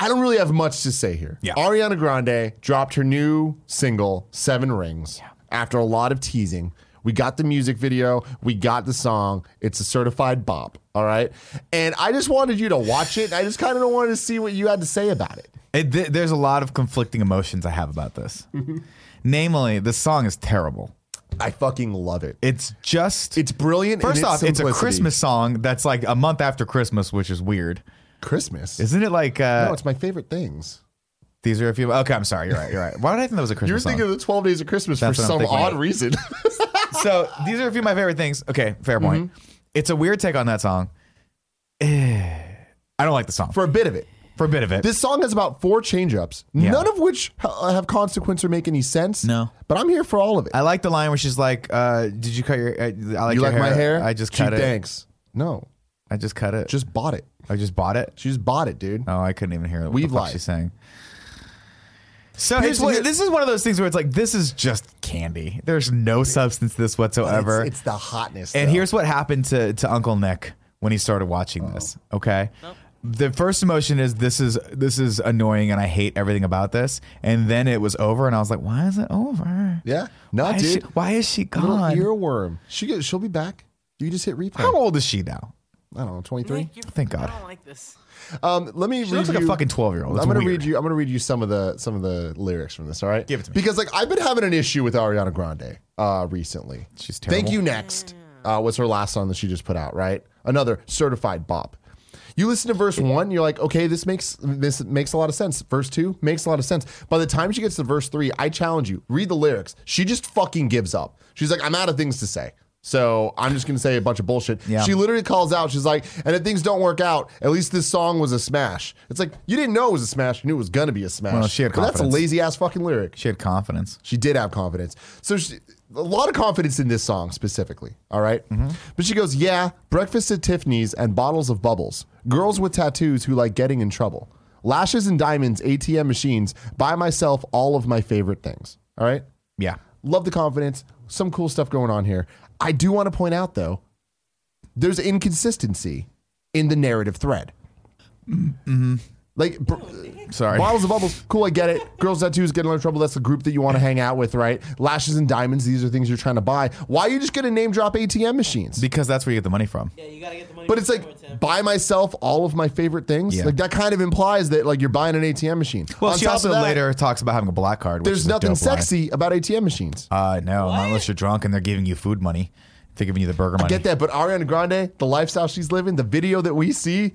Speaker 1: I don't really have much to say here.
Speaker 2: Yeah.
Speaker 1: Ariana Grande dropped her new single, Seven Rings, after a lot of teasing. We got the music video, we got the song. It's a certified bop, all right? And I just wanted you to watch it. I just kind of wanted to see what you had to say about it.
Speaker 2: *laughs* It, th- there's a lot of conflicting emotions I have about this.
Speaker 1: Mm-hmm.
Speaker 2: Namely, the song is terrible.
Speaker 1: I fucking love it.
Speaker 2: It's just.
Speaker 1: It's brilliant. in
Speaker 2: First off, it's a
Speaker 1: simplicity.
Speaker 2: Christmas song that's like a month after Christmas, which is weird,
Speaker 1: Christmas.
Speaker 2: isn't it? Like uh,
Speaker 1: no, it's my favorite things.
Speaker 2: these are a few. Okay, I'm sorry. You're right. You're right. Why did I think that was a Christmas
Speaker 1: You're
Speaker 2: song?
Speaker 1: thinking of the 12 Days of Christmas
Speaker 2: That's
Speaker 1: for
Speaker 2: what I'm
Speaker 1: some
Speaker 2: thinking.
Speaker 1: odd reason.
Speaker 2: so these are a few of my favorite things. Okay, fair point.
Speaker 1: Mm-hmm.
Speaker 2: It's a weird take on that song. Eh, I don't like the song for,
Speaker 1: *laughs* for a bit of it.
Speaker 2: a bit of it.
Speaker 1: This song has about four change ups,
Speaker 2: Yeah.
Speaker 1: none of which ha- have consequence or make any sense.
Speaker 2: No.
Speaker 1: But I'm here for all of it.
Speaker 2: I like the line where she's like, uh, "Did you cut your? Uh, I like
Speaker 1: you
Speaker 2: your
Speaker 1: like my hair?
Speaker 2: I just
Speaker 1: Gee,
Speaker 2: cut it.
Speaker 1: Thanks. No,
Speaker 2: I just cut it.
Speaker 1: just bought it.
Speaker 2: I just bought it.
Speaker 1: She just bought it, dude.
Speaker 2: Oh, I couldn't even hear what
Speaker 1: We've
Speaker 2: the fuck
Speaker 1: lied.
Speaker 2: she's saying. So
Speaker 1: Here's-
Speaker 2: it's, one-
Speaker 1: here-
Speaker 2: this is one of those things where it's like this is just candy. There's no substance to this whatsoever.
Speaker 1: It's, it's the hotness.
Speaker 2: And
Speaker 1: though.
Speaker 2: here's what happened to, to Uncle Nick when he started watching this. Okay. The first emotion is this is this is annoying and I hate everything about this. And then it was over and I was like, why is it over?
Speaker 1: Yeah. No,
Speaker 2: why Is she,
Speaker 1: dude.
Speaker 2: why is she
Speaker 1: Little
Speaker 2: gone?
Speaker 1: earworm. She gets, she'll be back. You just hit replay.
Speaker 2: How old is she now?
Speaker 1: I don't know, 23.
Speaker 3: Nick, you're-
Speaker 2: Thank God.
Speaker 3: I don't like this.
Speaker 1: Um, let me
Speaker 2: She
Speaker 1: read
Speaker 2: looks like a
Speaker 1: you-
Speaker 2: fucking twelve year old.
Speaker 1: I'm gonna read you. I'm gonna read you some of the some of the lyrics from this. All right,
Speaker 2: Give it to me.
Speaker 1: Because like I've been having an issue with Ariana Grande uh, recently.
Speaker 2: She's
Speaker 1: Thank
Speaker 2: terrible.
Speaker 1: you. Next uh, was her last song that she just put out. Right, another certified bop. You listen to verse one, you're like, okay, this makes this makes a lot of sense. Verse two makes a lot of sense. By the time she gets to verse three, I challenge you, read the lyrics. She just fucking gives up. She's like, I'm out of things to say. So I'm just gonna say a bunch of bullshit.
Speaker 2: Yeah.
Speaker 1: She literally calls out. She's like, and if things don't work out, at least this song was a smash. It's like you didn't know it was a smash. You knew it was gonna be a smash.
Speaker 2: Well, she had
Speaker 1: But that's a
Speaker 2: confidence.
Speaker 1: lazy ass fucking lyric.
Speaker 2: She had confidence.
Speaker 1: She did have confidence. So she, a lot of confidence in this song specifically. All right? But she goes, yeah, breakfast at Tiffany's and bottles of bubbles. Girls with tattoos who like getting in trouble. Lashes and diamonds, ATM machines. Buy myself all of my favorite things. All right.
Speaker 2: Yeah.
Speaker 1: Love the confidence. Some cool stuff going on here. I do want to point out though, there's inconsistency in the narrative thread.
Speaker 2: Mm-hmm.
Speaker 1: Like br-
Speaker 2: Sorry.
Speaker 1: Bottles of bubbles, cool, I get it. Girls tattoos get in trouble. That's the group that you want to hang out with, right? Lashes and diamonds, these are things you're trying to buy. Why are you just gonna name drop ATM machines?
Speaker 2: Because that's where you get the money from.
Speaker 3: Yeah, you gotta get the money.
Speaker 1: But it's
Speaker 3: from somewhere,
Speaker 1: like
Speaker 3: Tim.
Speaker 1: buy myself all of my favorite things.
Speaker 2: Yeah.
Speaker 1: Like that kind of implies that like you're buying an ATM machine.
Speaker 2: Well,
Speaker 1: On
Speaker 2: she
Speaker 1: top
Speaker 2: also
Speaker 1: of that,
Speaker 2: later talks about having a black card. Which
Speaker 1: There's
Speaker 2: is a
Speaker 1: nothing
Speaker 2: dope line.
Speaker 1: sexy about ATM machines.
Speaker 2: Uh, no, not unless you're drunk and they're giving you food money. They're giving you the burger money.
Speaker 1: Get that, but Ariana Grande, the lifestyle she's living, the video that we see,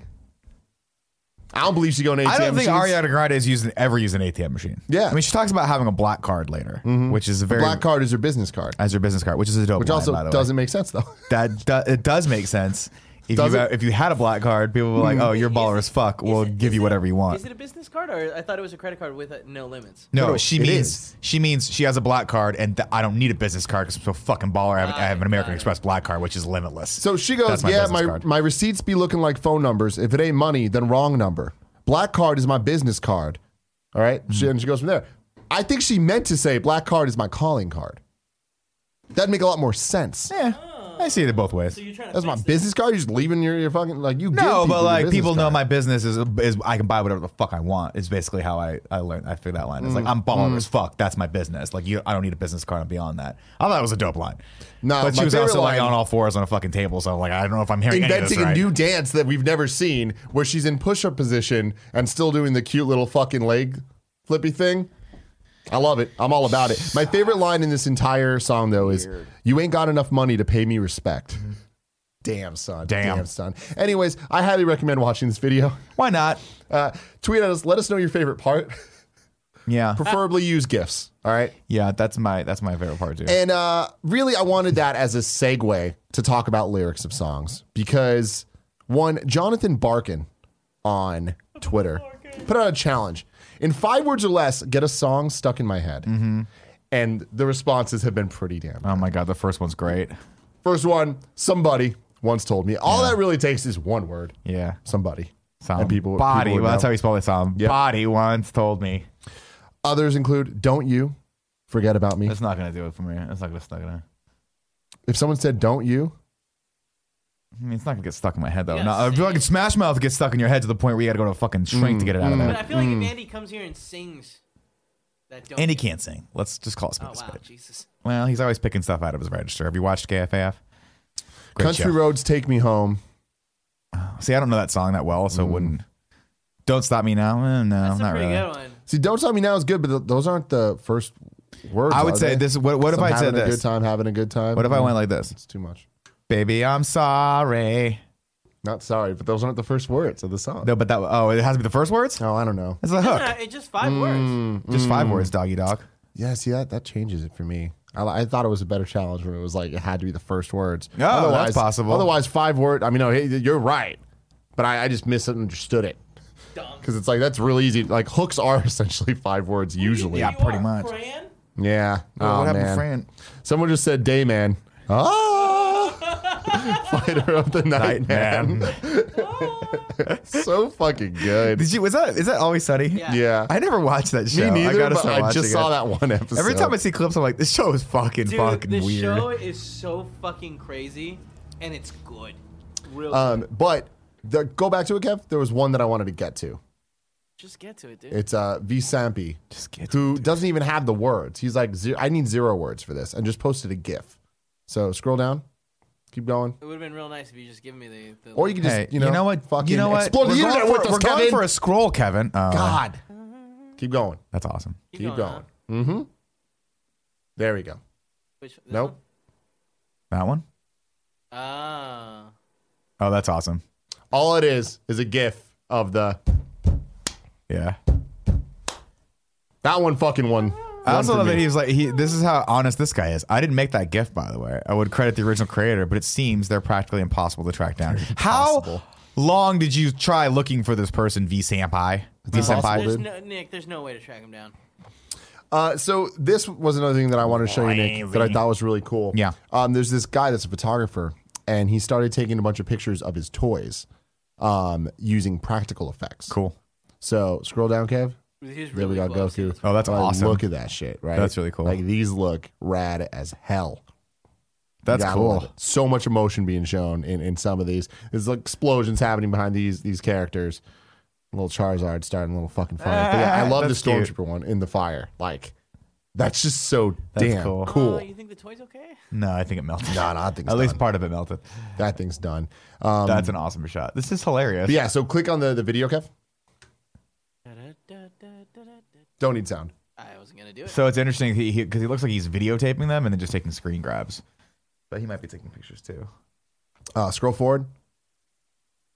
Speaker 1: I don't believe she going to ATM
Speaker 2: I don't think
Speaker 1: machines.
Speaker 2: Ariana Grande has used ever used an ATM machine.
Speaker 1: Yeah. Mm-hmm.
Speaker 2: I mean she talks about having a black card later, which is a very
Speaker 1: Black card is her business card,
Speaker 2: as your business card, which is a dope.
Speaker 1: which
Speaker 2: line,
Speaker 1: also
Speaker 2: by the way.
Speaker 1: doesn't make sense though. *laughs*
Speaker 2: that do, it does make sense. If
Speaker 1: Does
Speaker 2: you
Speaker 1: it? Mm-hmm.
Speaker 2: if you had a black card, people were like, "Oh, you're baller as fuck.
Speaker 3: Is
Speaker 2: We'll
Speaker 3: it-
Speaker 2: give
Speaker 3: is
Speaker 2: you
Speaker 3: it-
Speaker 2: whatever you want."
Speaker 3: Is it a business card or I thought it was a credit card with uh no limits?
Speaker 2: no,
Speaker 1: No,
Speaker 2: she
Speaker 1: it
Speaker 2: means
Speaker 1: is.
Speaker 2: she means she has a black card, and th- I don't need a business card because I'm so fucking baller. I have, I have an American Express black card, which is limitless.
Speaker 1: So she goes,
Speaker 2: That's my
Speaker 1: Yeah,
Speaker 2: business
Speaker 1: my,
Speaker 2: card."
Speaker 1: my receipts be looking like phone numbers. If it ain't money, then wrong number. Black card is my business card. All right?
Speaker 2: Mm-hmm.
Speaker 1: She, and she goes from there. I think she meant to say, Black card is my calling card. That'd make a lot more sense.
Speaker 2: yeah,
Speaker 1: Oh.
Speaker 2: I see it both ways.
Speaker 3: So you're trying to.
Speaker 1: That's my
Speaker 3: fix it.
Speaker 1: business card. You're just leaving your, your fucking, like, you give
Speaker 2: No,
Speaker 1: people
Speaker 2: but
Speaker 1: your
Speaker 2: like
Speaker 1: business
Speaker 2: people know
Speaker 1: card.
Speaker 2: my business is is I can buy whatever the fuck I want. It's basically how I I learned I figured that line. It's
Speaker 1: Mm.
Speaker 2: like I'm baller as fuck. That's my business. Like you, I don't need a business card. I'm beyond that. I thought it was a dope line.
Speaker 1: No,
Speaker 2: but
Speaker 1: my
Speaker 2: she was
Speaker 1: favorite
Speaker 2: also like
Speaker 1: line-
Speaker 2: on all fours on a fucking table. So like I don't know if I'm hearing any of
Speaker 1: Inventing
Speaker 2: this right.
Speaker 1: a new dance that we've never seen where she's in push up position and still doing the cute little fucking leg flippy thing. I love it. I'm all about it. My favorite line in this entire song, though, is You ain't got enough money to pay me respect. Damn, son.
Speaker 2: Damn.
Speaker 1: son. Anyways, I highly recommend watching this video.
Speaker 2: Why not?
Speaker 1: Uh, tweet at us. Let us know your favorite
Speaker 2: *laughs*
Speaker 1: part.
Speaker 2: Yeah,
Speaker 1: Preferably use GIFs. All right.
Speaker 2: yeah. That's my that's my favorite part too.
Speaker 1: And uh, really, I wanted that as a segue to talk about lyrics of songs because one, Jonathan Barkin on Twitter put out a challenge in five words or less, get a song stuck in my head.
Speaker 2: Mm-hmm.
Speaker 1: And the responses have been pretty damn.
Speaker 2: oh my god, the first one's great.
Speaker 1: First one, somebody once told me. All that really takes is one word.
Speaker 2: Yeah,
Speaker 1: Somebody.
Speaker 2: Some
Speaker 1: And people-
Speaker 2: body.
Speaker 1: people would
Speaker 2: well, that's
Speaker 1: know.
Speaker 2: how you spell it. Some body once told me.
Speaker 1: Others include "Don't you forget about me."
Speaker 2: That's not gonna do it for me. That's not gonna stuck in there.
Speaker 1: If someone said "Don't you,"
Speaker 2: I mean, it's not gonna get stuck in my head though.
Speaker 3: Yeah,
Speaker 2: no, I feel like Smash Mouth gets stuck in your head to the point where you gotta go to a fucking shrink to get it out of
Speaker 3: Mm. But
Speaker 2: there.
Speaker 3: I feel like if Andy comes here and sings, that don't.
Speaker 2: And he can't sing. Let's just call it spit
Speaker 3: Oh
Speaker 2: a
Speaker 3: wow,
Speaker 2: spit.
Speaker 3: Jesus.
Speaker 2: Well, he's always picking stuff out of his register. Have you watched KFAF? Great
Speaker 1: "Country
Speaker 2: show.
Speaker 1: roads take me home,"
Speaker 2: See, I don't know that song that well, so
Speaker 1: Mm.
Speaker 2: it wouldn't. Don't stop me now. Eh, no,
Speaker 3: That's a
Speaker 2: not
Speaker 3: pretty
Speaker 2: really.
Speaker 3: good one.
Speaker 1: see, "Don't tell me now" is good, but th- those aren't the first words.
Speaker 2: I would
Speaker 1: are
Speaker 2: say
Speaker 1: they?
Speaker 2: this. What, what if
Speaker 1: Some
Speaker 2: I said
Speaker 1: having a
Speaker 2: this?
Speaker 1: good time, having a good time.
Speaker 2: What if I
Speaker 1: Mm,
Speaker 2: went like this?
Speaker 1: It's too much.
Speaker 2: Baby, I'm sorry.
Speaker 1: Not sorry, but those aren't the first words of the song.
Speaker 2: No, but that. Oh, it has to be the first words.
Speaker 1: Oh, I don't know.
Speaker 2: It's a hook.
Speaker 3: Yeah, it's just
Speaker 1: Mm.
Speaker 3: five words.
Speaker 2: Just five words, doggy dog.
Speaker 1: Yeah, see that that changes it for me. I, I thought it was a better challenge when it was like it had to be the first words.
Speaker 2: No, that's possible.
Speaker 1: Otherwise, five word. I mean, no, hey, you're right, but I, I just misunderstood it.
Speaker 3: Dumb.
Speaker 1: Because it's like that's real easy. Like hooks are *laughs* essentially five words usually.
Speaker 2: Yeah,
Speaker 3: You
Speaker 2: pretty
Speaker 3: are,
Speaker 1: *laughs*
Speaker 2: much.
Speaker 3: Fran?
Speaker 1: Yeah.
Speaker 2: Oh,
Speaker 1: Oh,
Speaker 2: what happened,
Speaker 1: man.
Speaker 2: Fran?
Speaker 1: Someone just said day man. Ah! *laughs* Fighter of the night, man. *laughs* so fucking good.
Speaker 2: Did you? Was that? Is that always sunny?
Speaker 3: Yeah.
Speaker 1: Yeah.
Speaker 2: I never watched that show.
Speaker 1: Me neither.
Speaker 2: I gotta
Speaker 1: but
Speaker 2: start
Speaker 1: I
Speaker 2: watching
Speaker 1: just saw
Speaker 2: it.
Speaker 1: that one episode.
Speaker 2: Every time I see clips, I'm like, this show is fucking
Speaker 3: Dude,
Speaker 2: fucking
Speaker 3: the
Speaker 2: weird.
Speaker 3: show is so fucking crazy, and it's good. Real.
Speaker 1: um, but the, go back to it, Kev. There was one that I wanted to get to.
Speaker 3: just get to it, dude.
Speaker 1: It's uh, V Sampi,
Speaker 2: Just get
Speaker 1: who doesn't even have the words. He's like, zero, I need zero words for this, and just posted a GIF. So scroll down, keep going,
Speaker 3: it would have been real nice if you just given me the. the
Speaker 1: or you can just
Speaker 2: Hey,
Speaker 1: you know,
Speaker 2: what?
Speaker 1: fucking
Speaker 2: you know what?
Speaker 1: explore the
Speaker 2: We're going
Speaker 1: internet
Speaker 2: for-
Speaker 1: with us,
Speaker 2: We're going
Speaker 1: Kevin.
Speaker 2: for a scroll, Kevin. Oh,
Speaker 1: God, keep going.
Speaker 2: that's awesome.
Speaker 1: Keep going.
Speaker 3: huh?
Speaker 1: Mm-hmm. There we go.
Speaker 3: Which, this
Speaker 1: Nope.
Speaker 3: one?
Speaker 2: That one?
Speaker 3: Ah.
Speaker 2: Oh, that's awesome.
Speaker 1: All it is is a gif of the
Speaker 2: Yeah.
Speaker 1: that one fucking one.
Speaker 2: I
Speaker 1: one
Speaker 2: also
Speaker 1: for
Speaker 2: love
Speaker 1: me.
Speaker 2: that he was like, he, this is how honest this guy is. I didn't make that GIF, by the way. I would credit the original creator, but it seems they're practically impossible to track *laughs* down. How
Speaker 1: Impossible.
Speaker 2: long did you try looking for this person, V Sampai? V
Speaker 1: It's impossible,
Speaker 2: Sampai?
Speaker 3: There's
Speaker 1: dude.
Speaker 3: no, Nick, there's no way to track him down.
Speaker 1: Uh, so this was another thing that I wanted to show you, Nick, that I thought was really cool.
Speaker 2: Yeah.
Speaker 1: Um, there's this guy that's a photographer, and he started taking a bunch of pictures of his toys, um, using practical effects.
Speaker 2: Cool.
Speaker 1: So scroll down, Kev.
Speaker 3: He's
Speaker 1: There we
Speaker 3: really
Speaker 1: got
Speaker 3: close.
Speaker 1: Goku.
Speaker 2: Oh, that's
Speaker 1: Like,
Speaker 2: awesome.
Speaker 1: Look at that shit, right?
Speaker 2: That's really cool.
Speaker 1: Like these look rad as hell.
Speaker 2: That's
Speaker 1: Yeah, I love
Speaker 2: cool.
Speaker 1: it. So much emotion being shown in, in some of these. There's like explosions happening behind these these characters. Little Charizard starting a little fucking fire. But
Speaker 2: *laughs*
Speaker 1: yeah, I love the
Speaker 2: That's cute.
Speaker 1: Stormtrooper one in the fire. Like, that's just so
Speaker 2: That's
Speaker 1: damn
Speaker 2: cool.
Speaker 1: cool.
Speaker 3: Oh, you think the toy's okay? *laughs*
Speaker 2: No, I think it melted.
Speaker 1: No, no, I think it's
Speaker 2: At least
Speaker 1: done.
Speaker 2: part of it melted.
Speaker 1: That thing's done. Um,
Speaker 2: That's an awesome shot. This is hilarious.
Speaker 1: but yeah, so click on the, the video, Kev.
Speaker 3: I
Speaker 1: Don't need sound.
Speaker 3: wasn't gonna do it.
Speaker 2: So it's interesting because he, he, 'cause he looks like he's videotaping them and then just taking screen grabs. But he might be taking pictures too.
Speaker 1: Uh, scroll forward.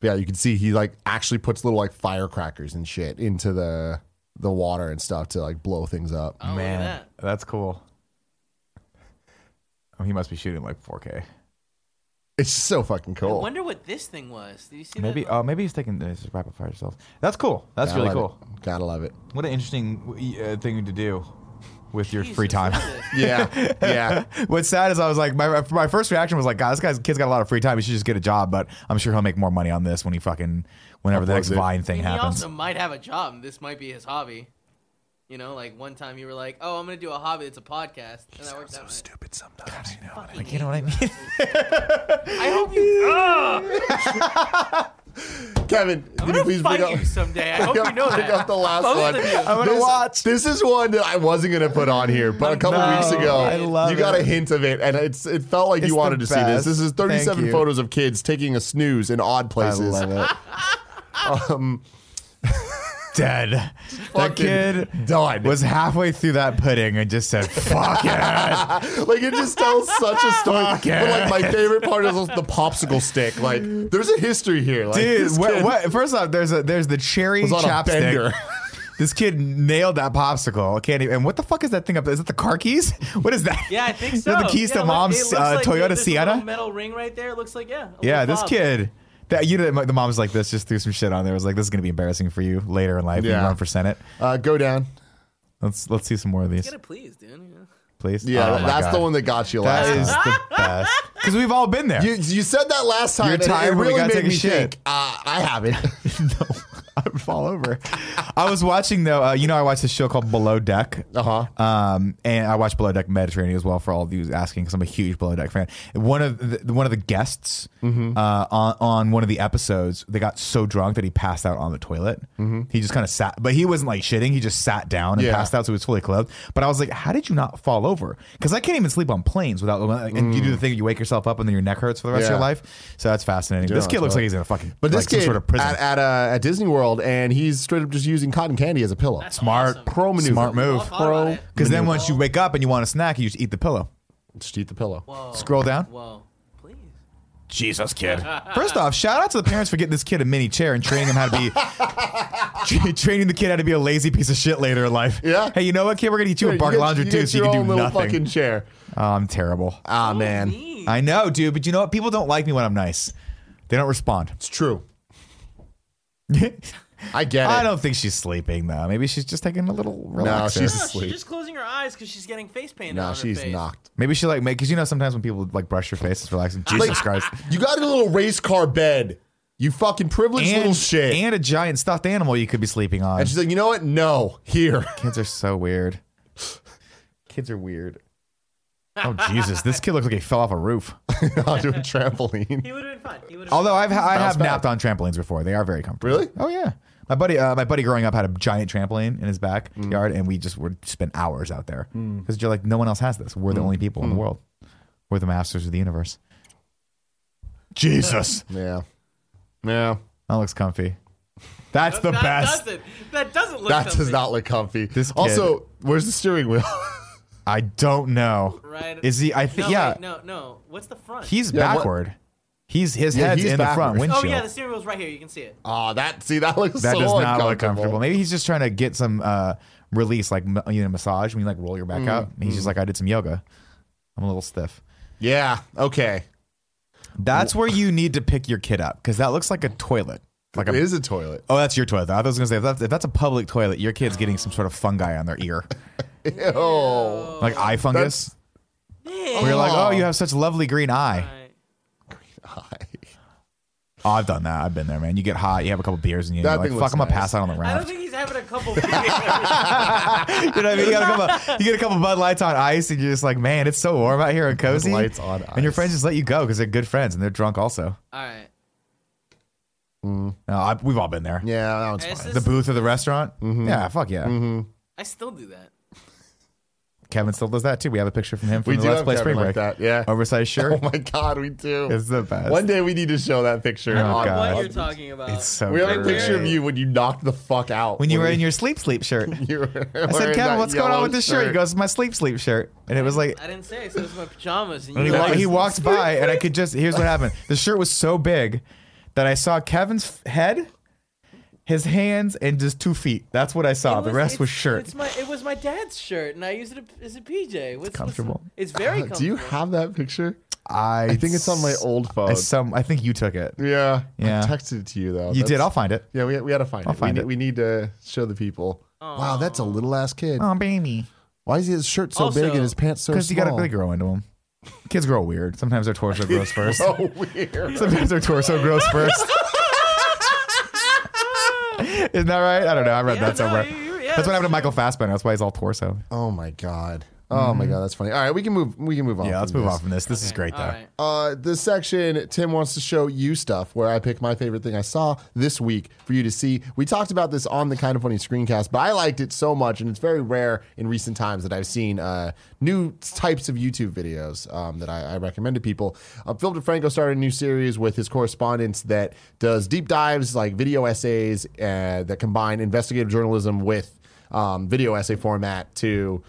Speaker 1: Yeah, you can see he like actually puts little like firecrackers and shit into the the water and stuff to like blow things up.
Speaker 3: Oh, look at
Speaker 2: Man,
Speaker 3: that.
Speaker 2: that's cool. Oh, he must be shooting like 4K.
Speaker 1: It's just so fucking
Speaker 3: I
Speaker 1: cool.
Speaker 3: wonder what this thing was. Did you see
Speaker 2: Maybe,
Speaker 3: that?
Speaker 2: oh, maybe he's taking this is rapid fire cells. That's cool. That's
Speaker 1: Gotta
Speaker 2: really
Speaker 1: love
Speaker 2: cool.
Speaker 1: it. Gotta love it.
Speaker 2: What an interesting uh, thing to do with your
Speaker 3: Jesus,
Speaker 2: free time. *laughs*
Speaker 3: look
Speaker 1: *laughs*
Speaker 3: at this.
Speaker 1: Yeah, yeah.
Speaker 2: What's sad is I was like, my my first reaction was like, God, this guy's kid's got a lot of free time. He should just get a job. But I'm sure he'll make more money on this when he fucking whenever the
Speaker 1: Uploads
Speaker 2: next
Speaker 1: it.
Speaker 2: Vine
Speaker 3: I
Speaker 2: thing
Speaker 3: mean, he
Speaker 2: happens.
Speaker 3: also might have a job. and This might be his hobby. You know, like one time you were like, "Oh, I'm gonna do a hobby. It's a podcast," and that worked out.
Speaker 2: Stupid sometimes. You know,
Speaker 3: Fucking
Speaker 2: like, you know what I mean?
Speaker 3: I hope you. uh,
Speaker 1: Kevin,
Speaker 3: I'm
Speaker 1: can you
Speaker 3: gonna
Speaker 1: please
Speaker 3: fight
Speaker 1: bring up,
Speaker 3: you
Speaker 2: *laughs*
Speaker 3: someday. I hope
Speaker 1: bring
Speaker 3: you
Speaker 1: up-
Speaker 3: know
Speaker 1: *laughs* bring
Speaker 3: that.
Speaker 1: up the last
Speaker 3: Both
Speaker 1: one?
Speaker 3: of you.
Speaker 2: I'm gonna
Speaker 1: This-
Speaker 2: watch.
Speaker 1: This is one that I wasn't gonna put on here, but a couple
Speaker 2: No,
Speaker 1: weeks ago,
Speaker 2: I love
Speaker 1: you got
Speaker 2: it.
Speaker 1: a hint of it, and it's it felt like
Speaker 2: It's
Speaker 1: you wanted
Speaker 2: the
Speaker 1: to see this.
Speaker 2: best.
Speaker 1: This is 37
Speaker 2: Thank you.
Speaker 1: photos of *laughs* Um, kids taking a snooze in odd places.
Speaker 2: it. dead. That
Speaker 1: kid
Speaker 2: kid
Speaker 1: died.
Speaker 2: was halfway through that pudding and just said, *laughs* "Fuck it."
Speaker 1: like it just tells such a story.
Speaker 2: Fuck
Speaker 1: But like my favorite part is the popsicle stick. Like there's a history here. Like,
Speaker 2: Dude,
Speaker 1: this
Speaker 2: what,
Speaker 1: kid
Speaker 2: what, first off, there's a there's the cherry
Speaker 1: was on a
Speaker 2: chapstick.
Speaker 1: bender.
Speaker 2: *laughs* This kid nailed that popsicle. I Can't even, and what the fuck is that thing up there? Is it the car keys? *laughs* What is that?
Speaker 3: Yeah, I
Speaker 2: *laughs*
Speaker 3: think
Speaker 2: Is
Speaker 3: so.
Speaker 2: that the keys
Speaker 3: Yeah,
Speaker 2: to
Speaker 3: look, it
Speaker 2: mom's
Speaker 3: looks
Speaker 2: uh, Toyota
Speaker 3: like there's a little
Speaker 2: Sienna?
Speaker 3: metal ring right there. It looks like yeah. a
Speaker 2: Yeah,
Speaker 3: little
Speaker 2: this
Speaker 3: fob.
Speaker 2: kid. That you know, the mom's like this. Just threw some shit on there. Was like, this is gonna be embarrassing for you later in life. when
Speaker 1: Yeah.
Speaker 2: You run for senate.
Speaker 1: Uh, go down.
Speaker 2: Let's let's see some more of these,
Speaker 3: Get it, please, dude. Yeah.
Speaker 2: please.
Speaker 1: Yeah,
Speaker 2: Oh my
Speaker 1: that's the
Speaker 2: God.
Speaker 1: one that got you last
Speaker 2: That
Speaker 1: time.
Speaker 2: is
Speaker 3: *laughs*
Speaker 2: the *laughs* best because we've all been there.
Speaker 1: You, you said that last time.
Speaker 2: You're
Speaker 1: and it-
Speaker 2: tired
Speaker 1: it
Speaker 2: when we
Speaker 1: really
Speaker 2: gotta
Speaker 1: made
Speaker 2: take a
Speaker 1: me
Speaker 2: shit.
Speaker 1: think. Uh, I haven't. *laughs*
Speaker 2: *laughs* no, I would fall over. I was watching though. Uh, you know, I watched this show called Below Deck.
Speaker 1: Uh-huh.
Speaker 2: Um, and I watched Below Deck Mediterranean as well for all of you asking because I'm a huge Below Deck fan. One of the, one of the guests
Speaker 1: Mm-hmm.
Speaker 2: uh, on on one of the episodes, they got so drunk that he passed out on the toilet. He just kind of sat, but he wasn't like shitting. He just sat down and
Speaker 1: Mm-hmm. Yeah.
Speaker 2: passed out, so he was fully clothed. But I was like, how did you not fall over? Because I can't even sleep on planes without. And you do the thing, you wake yourself up, and then your neck hurts for the rest of your
Speaker 1: Mm. Yeah.
Speaker 2: life. So that's fascinating. this
Speaker 1: no,
Speaker 2: kid
Speaker 1: it's
Speaker 2: looks
Speaker 1: not.
Speaker 2: like he's in a fucking
Speaker 1: But this
Speaker 2: like
Speaker 1: kid
Speaker 2: some sort of prison.
Speaker 1: at at, uh, at Disney World, and he's straight up just using cotton candy as a pillow.
Speaker 2: Smart,
Speaker 3: Awesome.
Speaker 1: pro maneuver.
Speaker 2: smart move,
Speaker 3: Well, I thought about it.
Speaker 2: Because then once you wake up and you want a snack, you just eat the pillow.
Speaker 1: Just eat the pillow.
Speaker 3: Whoa.
Speaker 2: Scroll down.
Speaker 3: Whoa. Please.
Speaker 2: Jesus, kid. *laughs* First off, shout out to the parents for getting this kid a mini chair and training him how to be
Speaker 1: *laughs*
Speaker 2: *laughs* tra- training the kid how to be a lazy piece of shit later in life.
Speaker 1: Yeah.
Speaker 2: Hey, you know what, kid? We're gonna eat you a bark
Speaker 1: get-
Speaker 2: lounger
Speaker 1: you
Speaker 2: too,
Speaker 1: get
Speaker 2: so you
Speaker 1: your
Speaker 2: can
Speaker 1: own
Speaker 2: do
Speaker 1: little
Speaker 2: nothing.
Speaker 1: fucking chair.
Speaker 2: oh, I'm terrible.
Speaker 1: Ah
Speaker 3: Oh,
Speaker 1: man,
Speaker 3: me.
Speaker 2: I know, dude. But you know what? People don't like me when I'm nice. They don't respond. *laughs*
Speaker 1: it's true. I get it.
Speaker 2: I don't think she's sleeping though. Maybe she's just taking a little relaxer.
Speaker 1: she's
Speaker 3: No,
Speaker 1: asleep.
Speaker 3: she's just closing her eyes because she's getting face paint.
Speaker 1: No,
Speaker 3: on
Speaker 1: she's
Speaker 3: her face.
Speaker 1: knocked.
Speaker 2: Maybe she like because you know sometimes when people like brush your face, it's relaxing. Jesus
Speaker 1: Like-
Speaker 2: Christ.
Speaker 1: You got a little race car bed. You fucking privileged little shit. And,
Speaker 2: and a giant stuffed animal you could be sleeping on.
Speaker 1: she's like, you know what? No, here. *laughs*
Speaker 2: Kids are so weird. Kids are weird. Oh Jesus! This kid looks like he fell off a roof.
Speaker 1: onto a trampoline.
Speaker 3: He would have been fine. He would have.
Speaker 2: Although I've ha- I
Speaker 1: Bounce
Speaker 2: have
Speaker 1: back.
Speaker 2: napped on trampolines before. They are very comfortable.
Speaker 1: Really?
Speaker 2: Oh yeah. My buddy, uh, my buddy growing up had a giant trampoline in his
Speaker 1: Mm.
Speaker 2: backyard, and we just would spend hours out there because you're like, no one else has this. We're
Speaker 1: Mm.
Speaker 2: the only people in the world. We're the masters of the universe. *laughs* Jesus,
Speaker 1: Yeah. Yeah.
Speaker 2: that looks comfy. That's the
Speaker 3: that
Speaker 2: best.
Speaker 3: Doesn't, that doesn't look.
Speaker 1: That does
Speaker 3: something.
Speaker 1: not look comfy.
Speaker 2: This kid-
Speaker 1: also, where's the steering wheel? *laughs*
Speaker 2: I don't know.
Speaker 3: Right.
Speaker 2: Is he? I think.
Speaker 3: No,
Speaker 2: yeah.
Speaker 3: wait, no, no. What's the front?
Speaker 2: He's
Speaker 1: Yeah, what-
Speaker 2: backward. He's his
Speaker 1: Yeah,
Speaker 2: head's
Speaker 1: he's
Speaker 2: in the front
Speaker 1: backwards.
Speaker 2: windshield.
Speaker 3: Oh yeah, the steering wheel's right here. You can see it.
Speaker 1: Ah, that see that looks
Speaker 2: that
Speaker 1: so
Speaker 2: does not
Speaker 1: uncomfortable.
Speaker 2: look comfortable. Maybe he's just trying to get some uh, release, like m- you know, massage when you like roll your
Speaker 1: Mm-hmm.
Speaker 2: back out. And he's just like, I did some yoga. I'm a little stiff.
Speaker 1: Yeah. Okay.
Speaker 2: That's where you need to pick your kid up because that looks like a toilet. Like
Speaker 1: it
Speaker 2: a,
Speaker 1: is a toilet. *laughs*
Speaker 2: oh, that's your toilet. I was gonna say if that's, if that's a public toilet, your kid's getting some sort of fungi on their ear,
Speaker 1: Oh,
Speaker 2: like eye fungus.
Speaker 3: Yeah.
Speaker 2: We're like,
Speaker 1: Oh.
Speaker 2: oh, you have such lovely green eye.
Speaker 3: Right.
Speaker 2: Oh, I've done that. I've been there, man. You get hot, you have a couple beers, and you- you're
Speaker 1: That
Speaker 2: like,
Speaker 1: thing
Speaker 2: fuck,
Speaker 1: looks
Speaker 2: I'm gonna
Speaker 1: nice.
Speaker 2: pass out on the
Speaker 3: I don't
Speaker 2: raft.
Speaker 3: think he's having
Speaker 2: *laughs*
Speaker 3: a couple. beers.
Speaker 2: you know what I mean? You, got a couple, you get a couple Bud Lights on ice, and you're just like, man, it's so warm out here and cozy.
Speaker 1: Lights on
Speaker 2: And your
Speaker 1: ice.
Speaker 2: friends just let you go because they're good friends and they're drunk also.
Speaker 3: All right.
Speaker 2: No, I, we've all been there.
Speaker 1: yeah, Mm-hmm. that one's
Speaker 3: This
Speaker 1: fine.
Speaker 3: is-
Speaker 2: The booth at the restaurant. Yeah, fuck yeah.
Speaker 3: I still do that.
Speaker 2: Kevin still does that too. We have a picture from him from
Speaker 1: We
Speaker 2: the
Speaker 1: do
Speaker 2: Let's
Speaker 1: have
Speaker 2: Play
Speaker 1: Kevin
Speaker 2: Spring
Speaker 1: like
Speaker 2: Break.
Speaker 1: that, yeah.
Speaker 2: Oversized shirt.
Speaker 1: Oh my god, we do.
Speaker 2: it's the best.
Speaker 1: One day we need to show that picture.
Speaker 2: Oh,
Speaker 1: on-
Speaker 2: God.
Speaker 3: What you're talking about?
Speaker 2: it's so
Speaker 1: We have a
Speaker 2: great.
Speaker 1: picture of you when you knocked the fuck out.
Speaker 2: when you were in your sleep sleep shirt.
Speaker 1: *laughs* You were
Speaker 2: I said, Kevin, what's going on with this shirt? He goes, my sleep sleep shirt. And it was like,
Speaker 3: I didn't say. I said it's my pajamas. And
Speaker 2: And
Speaker 3: you
Speaker 2: he,
Speaker 3: were
Speaker 2: wa-
Speaker 3: like,
Speaker 2: he walked by, and I could just. Here's what happened: the shirt was so big that I saw Kevin's f- head, his hands, and just two feet. That's what I saw.
Speaker 3: It
Speaker 2: the rest
Speaker 3: it's-
Speaker 2: was shirt.
Speaker 3: It's my it was my dad's shirt, and I used it as a PJ. What's, it's
Speaker 2: comfortable.
Speaker 3: it's very comfortable.
Speaker 1: Do you have that picture?
Speaker 2: I,
Speaker 1: I think it's on my old phone.
Speaker 2: I, some, I think you took it.
Speaker 1: yeah,
Speaker 2: Yeah.
Speaker 1: I texted it to you though.
Speaker 2: You
Speaker 1: That's-
Speaker 2: did. I'll find it.
Speaker 1: Yeah, we, we had to find it.
Speaker 2: find
Speaker 1: we, Need,
Speaker 2: it.
Speaker 1: we need to show the people. Wow, that's a little ass kid.
Speaker 2: Oh, baby,
Speaker 1: Why is his shirt so
Speaker 3: Also-
Speaker 1: big and his pants so small?
Speaker 2: because you got a
Speaker 1: *laughs*
Speaker 2: big grow into them. Kids grow weird. Sometimes their torso grows first.
Speaker 1: So Oh,
Speaker 2: *laughs*
Speaker 1: weird.
Speaker 2: Sometimes their torso grows first. Isn't that right? I don't know. I read
Speaker 3: Yeah,
Speaker 2: that
Speaker 3: no,
Speaker 2: somewhere.
Speaker 3: you- you- yeah,
Speaker 2: that's what
Speaker 3: that's
Speaker 2: happened to Michael Fassbender. That's why he's all torso.
Speaker 1: Oh my god. Oh my god, that's funny. All right, we can move. We can move on.
Speaker 2: Yeah, let's
Speaker 1: from
Speaker 2: move
Speaker 1: this.
Speaker 2: on from this. This is great, though.
Speaker 3: All right.
Speaker 1: Uh, this section, Tim wants to show you stuff where I pick my favorite thing I saw this week for you to see. We talked about this on the kind of funny screencast, but I liked it so much, and it's very rare in recent times that I've seen uh, new types of YouTube videos um, that I, I recommend to people. Uh, Phil DeFranco started a new series with his correspondents that does deep dives, like video essays uh, that combine investigative journalism with um, video essay format to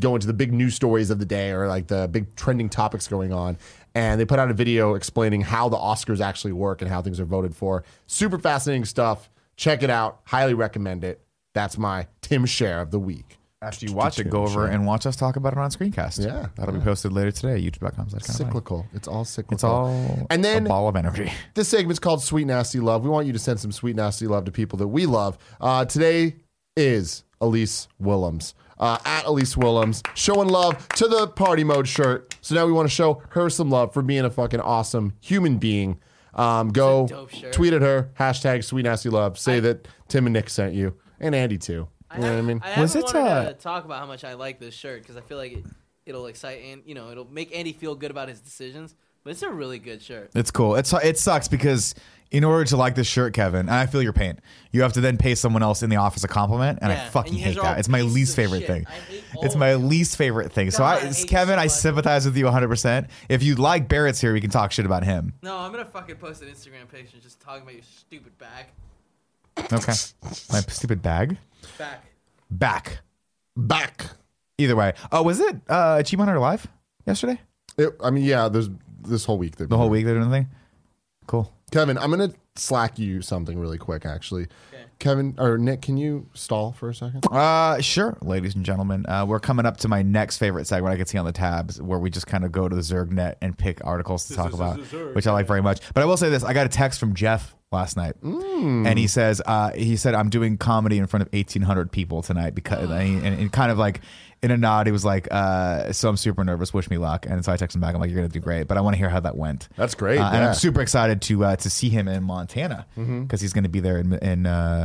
Speaker 1: go into the big news stories of the day or like the big trending topics going on. And they put out a video explaining how the Oscars actually work and how things are voted for. Super fascinating stuff. Check it out. Highly recommend it. That's my Tim share of the week.
Speaker 2: After you watch it, go over and watch us talk about it on screencast.
Speaker 1: Yeah.
Speaker 2: that'll be posted later today. YouTube.com.
Speaker 1: Cyclical. It's all cyclical.
Speaker 2: It's all
Speaker 1: And then
Speaker 2: a ball of energy. *laughs*
Speaker 1: this segment's called Sweet Nasty Love. We want you to send some sweet nasty love to people that we love. Uh, today is Elise Willems. Uh, at Elise Willems, showing love to the party mode shirt. So now we want to show her some love for being a fucking awesome human being. Um, go
Speaker 3: It's a dope shirt.
Speaker 1: tweet at her, hashtag sweet nasty love. Say that Tim and Nick sent you, and Andy too. You know what I mean?
Speaker 3: I
Speaker 2: Was
Speaker 3: haven't
Speaker 2: it,
Speaker 3: wanted
Speaker 2: uh,
Speaker 3: to talk about how much I like this shirt because I feel like it, it'll excite and you know it'll make Andy feel good about his decisions. But it's a really good shirt.
Speaker 2: It's cool. It's it sucks because in order to like this shirt, Kevin, and I feel your pain. You have to then pay someone else in the office a compliment, and
Speaker 3: Yeah,
Speaker 2: I
Speaker 3: and
Speaker 2: fucking
Speaker 3: you guys
Speaker 2: hate
Speaker 3: are all
Speaker 2: that. It's my
Speaker 3: pieces
Speaker 2: least
Speaker 3: of
Speaker 2: favorite
Speaker 3: shit.
Speaker 2: thing.
Speaker 3: I hate all
Speaker 2: It's
Speaker 3: of
Speaker 2: my
Speaker 3: you.
Speaker 2: least favorite thing. So
Speaker 3: God,
Speaker 2: I,
Speaker 3: I hate you
Speaker 2: Kevin,
Speaker 3: so
Speaker 2: I
Speaker 3: much.
Speaker 2: sympathize with you 100. percent If you like Barrett's here, we can talk shit about him.
Speaker 3: No, I'm gonna fucking post an Instagram picture just talking about your stupid back. *laughs*
Speaker 2: Okay, my stupid bag
Speaker 3: Back.
Speaker 2: back.
Speaker 1: Back.
Speaker 2: Either way, oh, was it uh, Achievement Hunter live yesterday?
Speaker 1: It, I mean, yeah. There's this whole week.
Speaker 2: The whole week they did anything. Cool.
Speaker 1: Kevin, I'm gonna slack you something really quick, actually. Kevin or Nick, can you stall for a second?
Speaker 2: Uh, sure, ladies and gentlemen, uh, we're coming up to my next favorite segment I can see on the tabs, where we just kind of go to the ZergNet and pick articles to talk about, which I like very much. But I will say this: I got a text from Jeff last night,
Speaker 1: Mm.
Speaker 2: and he says uh, he said I'm doing comedy in front of 1,800 people tonight because and, he- and, and kind of like in a nod, he was like, uh, "So I'm super nervous. Wish me luck." And so I text him back. I'm like, "You're gonna do great," but I want to hear how that went.
Speaker 1: That's great,
Speaker 2: Uh, And
Speaker 1: yeah. Mm-hmm.
Speaker 2: I'm super excited to uh, to see him in Montana because he's gonna be there in in. Uh,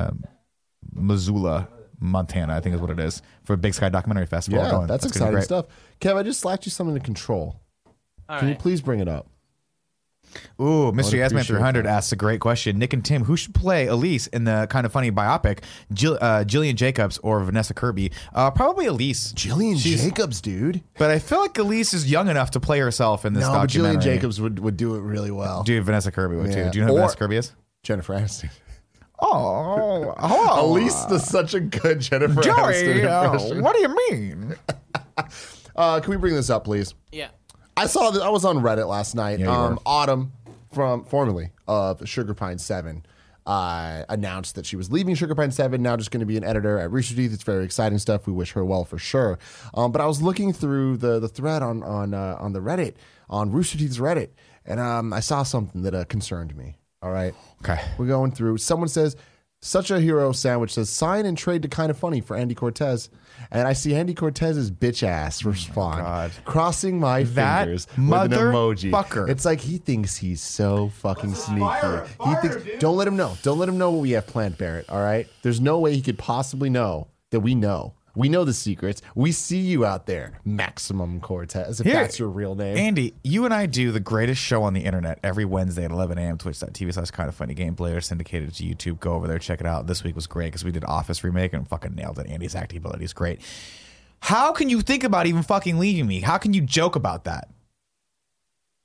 Speaker 2: Missoula, Montana, I think is what it is, for Big Sky Documentary Festival.
Speaker 1: Yeah,
Speaker 2: Going.
Speaker 1: that's,
Speaker 2: gonna be
Speaker 1: exciting
Speaker 2: great.
Speaker 1: stuff. Kev, I just slacked you something to control.
Speaker 3: All
Speaker 1: Can you
Speaker 3: right.
Speaker 1: please bring it up?
Speaker 2: Ooh, Mr. Yasman
Speaker 1: appreciate
Speaker 2: 300 asks a great question. Nick and Tim, who should play Elise in the kind of funny biopic? Jill, uh, Jillian Jacobs or Vanessa Kirby? Uh, probably Elise.
Speaker 1: Jillian Jacobs, dude.
Speaker 2: But I feel like Elise is young enough to play herself in this
Speaker 1: No, but
Speaker 2: documentary.
Speaker 1: Jillian Jacobs would, would do it really well.
Speaker 2: Dude, Vanessa Kirby would
Speaker 1: Yeah.
Speaker 2: too. Do you know who
Speaker 1: Or-
Speaker 2: Vanessa Kirby is?
Speaker 1: Jennifer Aniston.
Speaker 2: Oh, oh. *laughs*
Speaker 1: Elise does such a good Jennifer
Speaker 2: Joey,
Speaker 1: Aniston
Speaker 2: uh,
Speaker 1: impression.
Speaker 2: what do you mean?
Speaker 1: Uh, can we bring this up, please?
Speaker 3: Yeah.
Speaker 1: I saw that I was on Reddit last night.
Speaker 2: you
Speaker 1: um,
Speaker 2: were.
Speaker 1: Autumn from formerly of Sugar Pine Seven uh, announced that she was leaving Sugar Pine Seven. Now just going to be an editor at Rooster Teeth. It's very exciting stuff. We wish her well for sure. Um, but I was looking through the the thread on on uh, on the Reddit on Rooster Teeth's Reddit, and um, I saw something that uh, concerned me. All right.
Speaker 2: Okay.
Speaker 1: We're going through. Someone says, such a hero sandwich says, sign and trade to kind of funny for Andy Cortez. And I see Andy Cortez's bitch ass respond,
Speaker 2: Oh God.
Speaker 1: crossing my
Speaker 2: That
Speaker 1: fingers with an emoji.
Speaker 2: motherfucker.
Speaker 1: It's like he thinks he's so fucking sneaky.
Speaker 2: Fire,
Speaker 1: he
Speaker 2: fire,
Speaker 1: thinks,
Speaker 2: dude.
Speaker 1: don't let him know. Don't let him know what we have planned, Barrett. All right. There's no way he could possibly know that we know. We know the secrets. We see you out there, Maximum Cortez, if
Speaker 2: Here-
Speaker 1: that's your real name.
Speaker 2: Andy, you and I do the greatest show on the internet every Wednesday at 11 a.m. Twitch.tv slash kind of funny gameplay or syndicated to YouTube. Go over there, check it out. This week was great because we did Office remake and fucking nailed it. Andy's acting ability is great. How can you think about even fucking leaving me? How can you joke about that?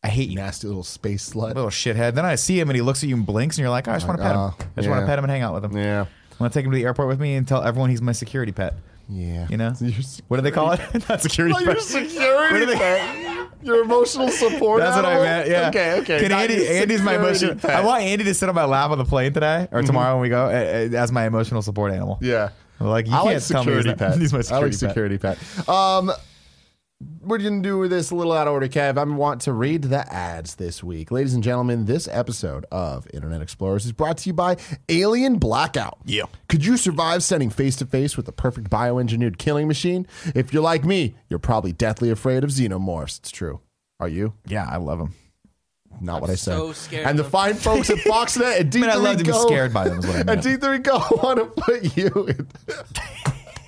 Speaker 2: I hate you,
Speaker 1: Nasty little space slut.
Speaker 2: little shithead. Then I see him and he looks at you and blinks, and you're like, oh, I just want to pet him.
Speaker 1: uh,
Speaker 2: I just want
Speaker 1: yeah.
Speaker 2: to pet him and hang out with him.
Speaker 1: Yeah.
Speaker 2: I want to take him to the airport with me and tell everyone he's my security pet.
Speaker 1: Yeah.
Speaker 2: You know?
Speaker 1: *laughs* You're-
Speaker 2: What do they call it? *laughs* Not security
Speaker 1: Oh,
Speaker 2: pet.
Speaker 1: your security pet. Your emotional support.
Speaker 2: That's what I
Speaker 1: animal?
Speaker 2: meant. Yeah.
Speaker 1: Okay. Okay.
Speaker 2: Can
Speaker 1: Not
Speaker 2: Andy,
Speaker 1: your
Speaker 2: Andy's my
Speaker 1: security
Speaker 2: emotional.
Speaker 1: pet.
Speaker 2: I want Andy to sit on my lap on the plane today or tomorrow when we go uh, uh, as my emotional support animal.
Speaker 1: Yeah.
Speaker 2: Like you
Speaker 1: I like
Speaker 2: can't tell me he's
Speaker 1: security
Speaker 2: not- *laughs*
Speaker 1: pet.
Speaker 2: he's my
Speaker 1: I
Speaker 2: security
Speaker 1: like
Speaker 2: pet.
Speaker 1: security pet. Um, we're gonna do with this a little out of order, Kev. I want to read the ads this week, ladies and gentlemen. This episode of Internet Explorers is brought to you by Alien Blackout.
Speaker 2: Yeah.
Speaker 1: Could you survive standing face to face with the perfect bioengineered killing machine? If you're like me, you're probably deathly afraid of xenomorphs. It's true. Are you?
Speaker 2: Yeah, I love him.
Speaker 1: Not what I said.
Speaker 3: so scared
Speaker 1: And the
Speaker 3: of them.
Speaker 1: fine folks
Speaker 3: *laughs*
Speaker 1: at FoxNet and D3
Speaker 2: I mean, I love to be
Speaker 1: *laughs* Go-
Speaker 2: scared by them. Is what I
Speaker 1: and
Speaker 2: meant.
Speaker 1: D3 Go want to put you in. *laughs*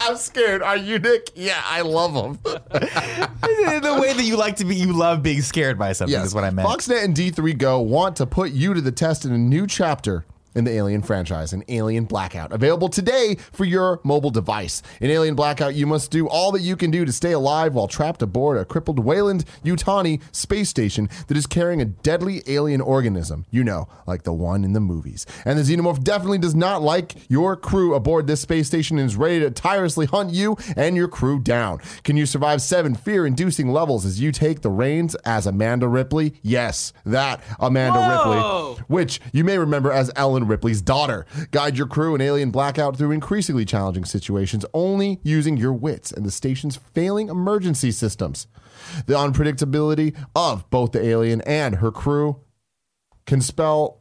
Speaker 1: I'm scared. Are you Nick? Yeah, I love him.
Speaker 2: the way that you like to be, you love being scared by something. Is what I meant.
Speaker 1: Foxnet and D3 Go want to put you to the test in a new chapter in the Alien franchise, an Alien Blackout, available today for your mobile device. In Alien Blackout, you must do all that you can do to stay alive while trapped aboard a crippled Wayland Utani space station that is carrying a deadly alien organism, you know, like the one in the movies. And the xenomorph definitely does not like your crew aboard this space station and is ready to tirelessly hunt you and your crew down. Can you survive seven fear inducing levels as you take the reins as Amanda Ripley? Yes, that Amanda
Speaker 3: Whoa!
Speaker 1: Ripley, which you may remember as Ellen Ripley's daughter. Guide your crew in Alien Blackout through increasingly challenging situations, only using your wits and the station's failing emergency systems. The unpredictability of both the alien and her crew can spell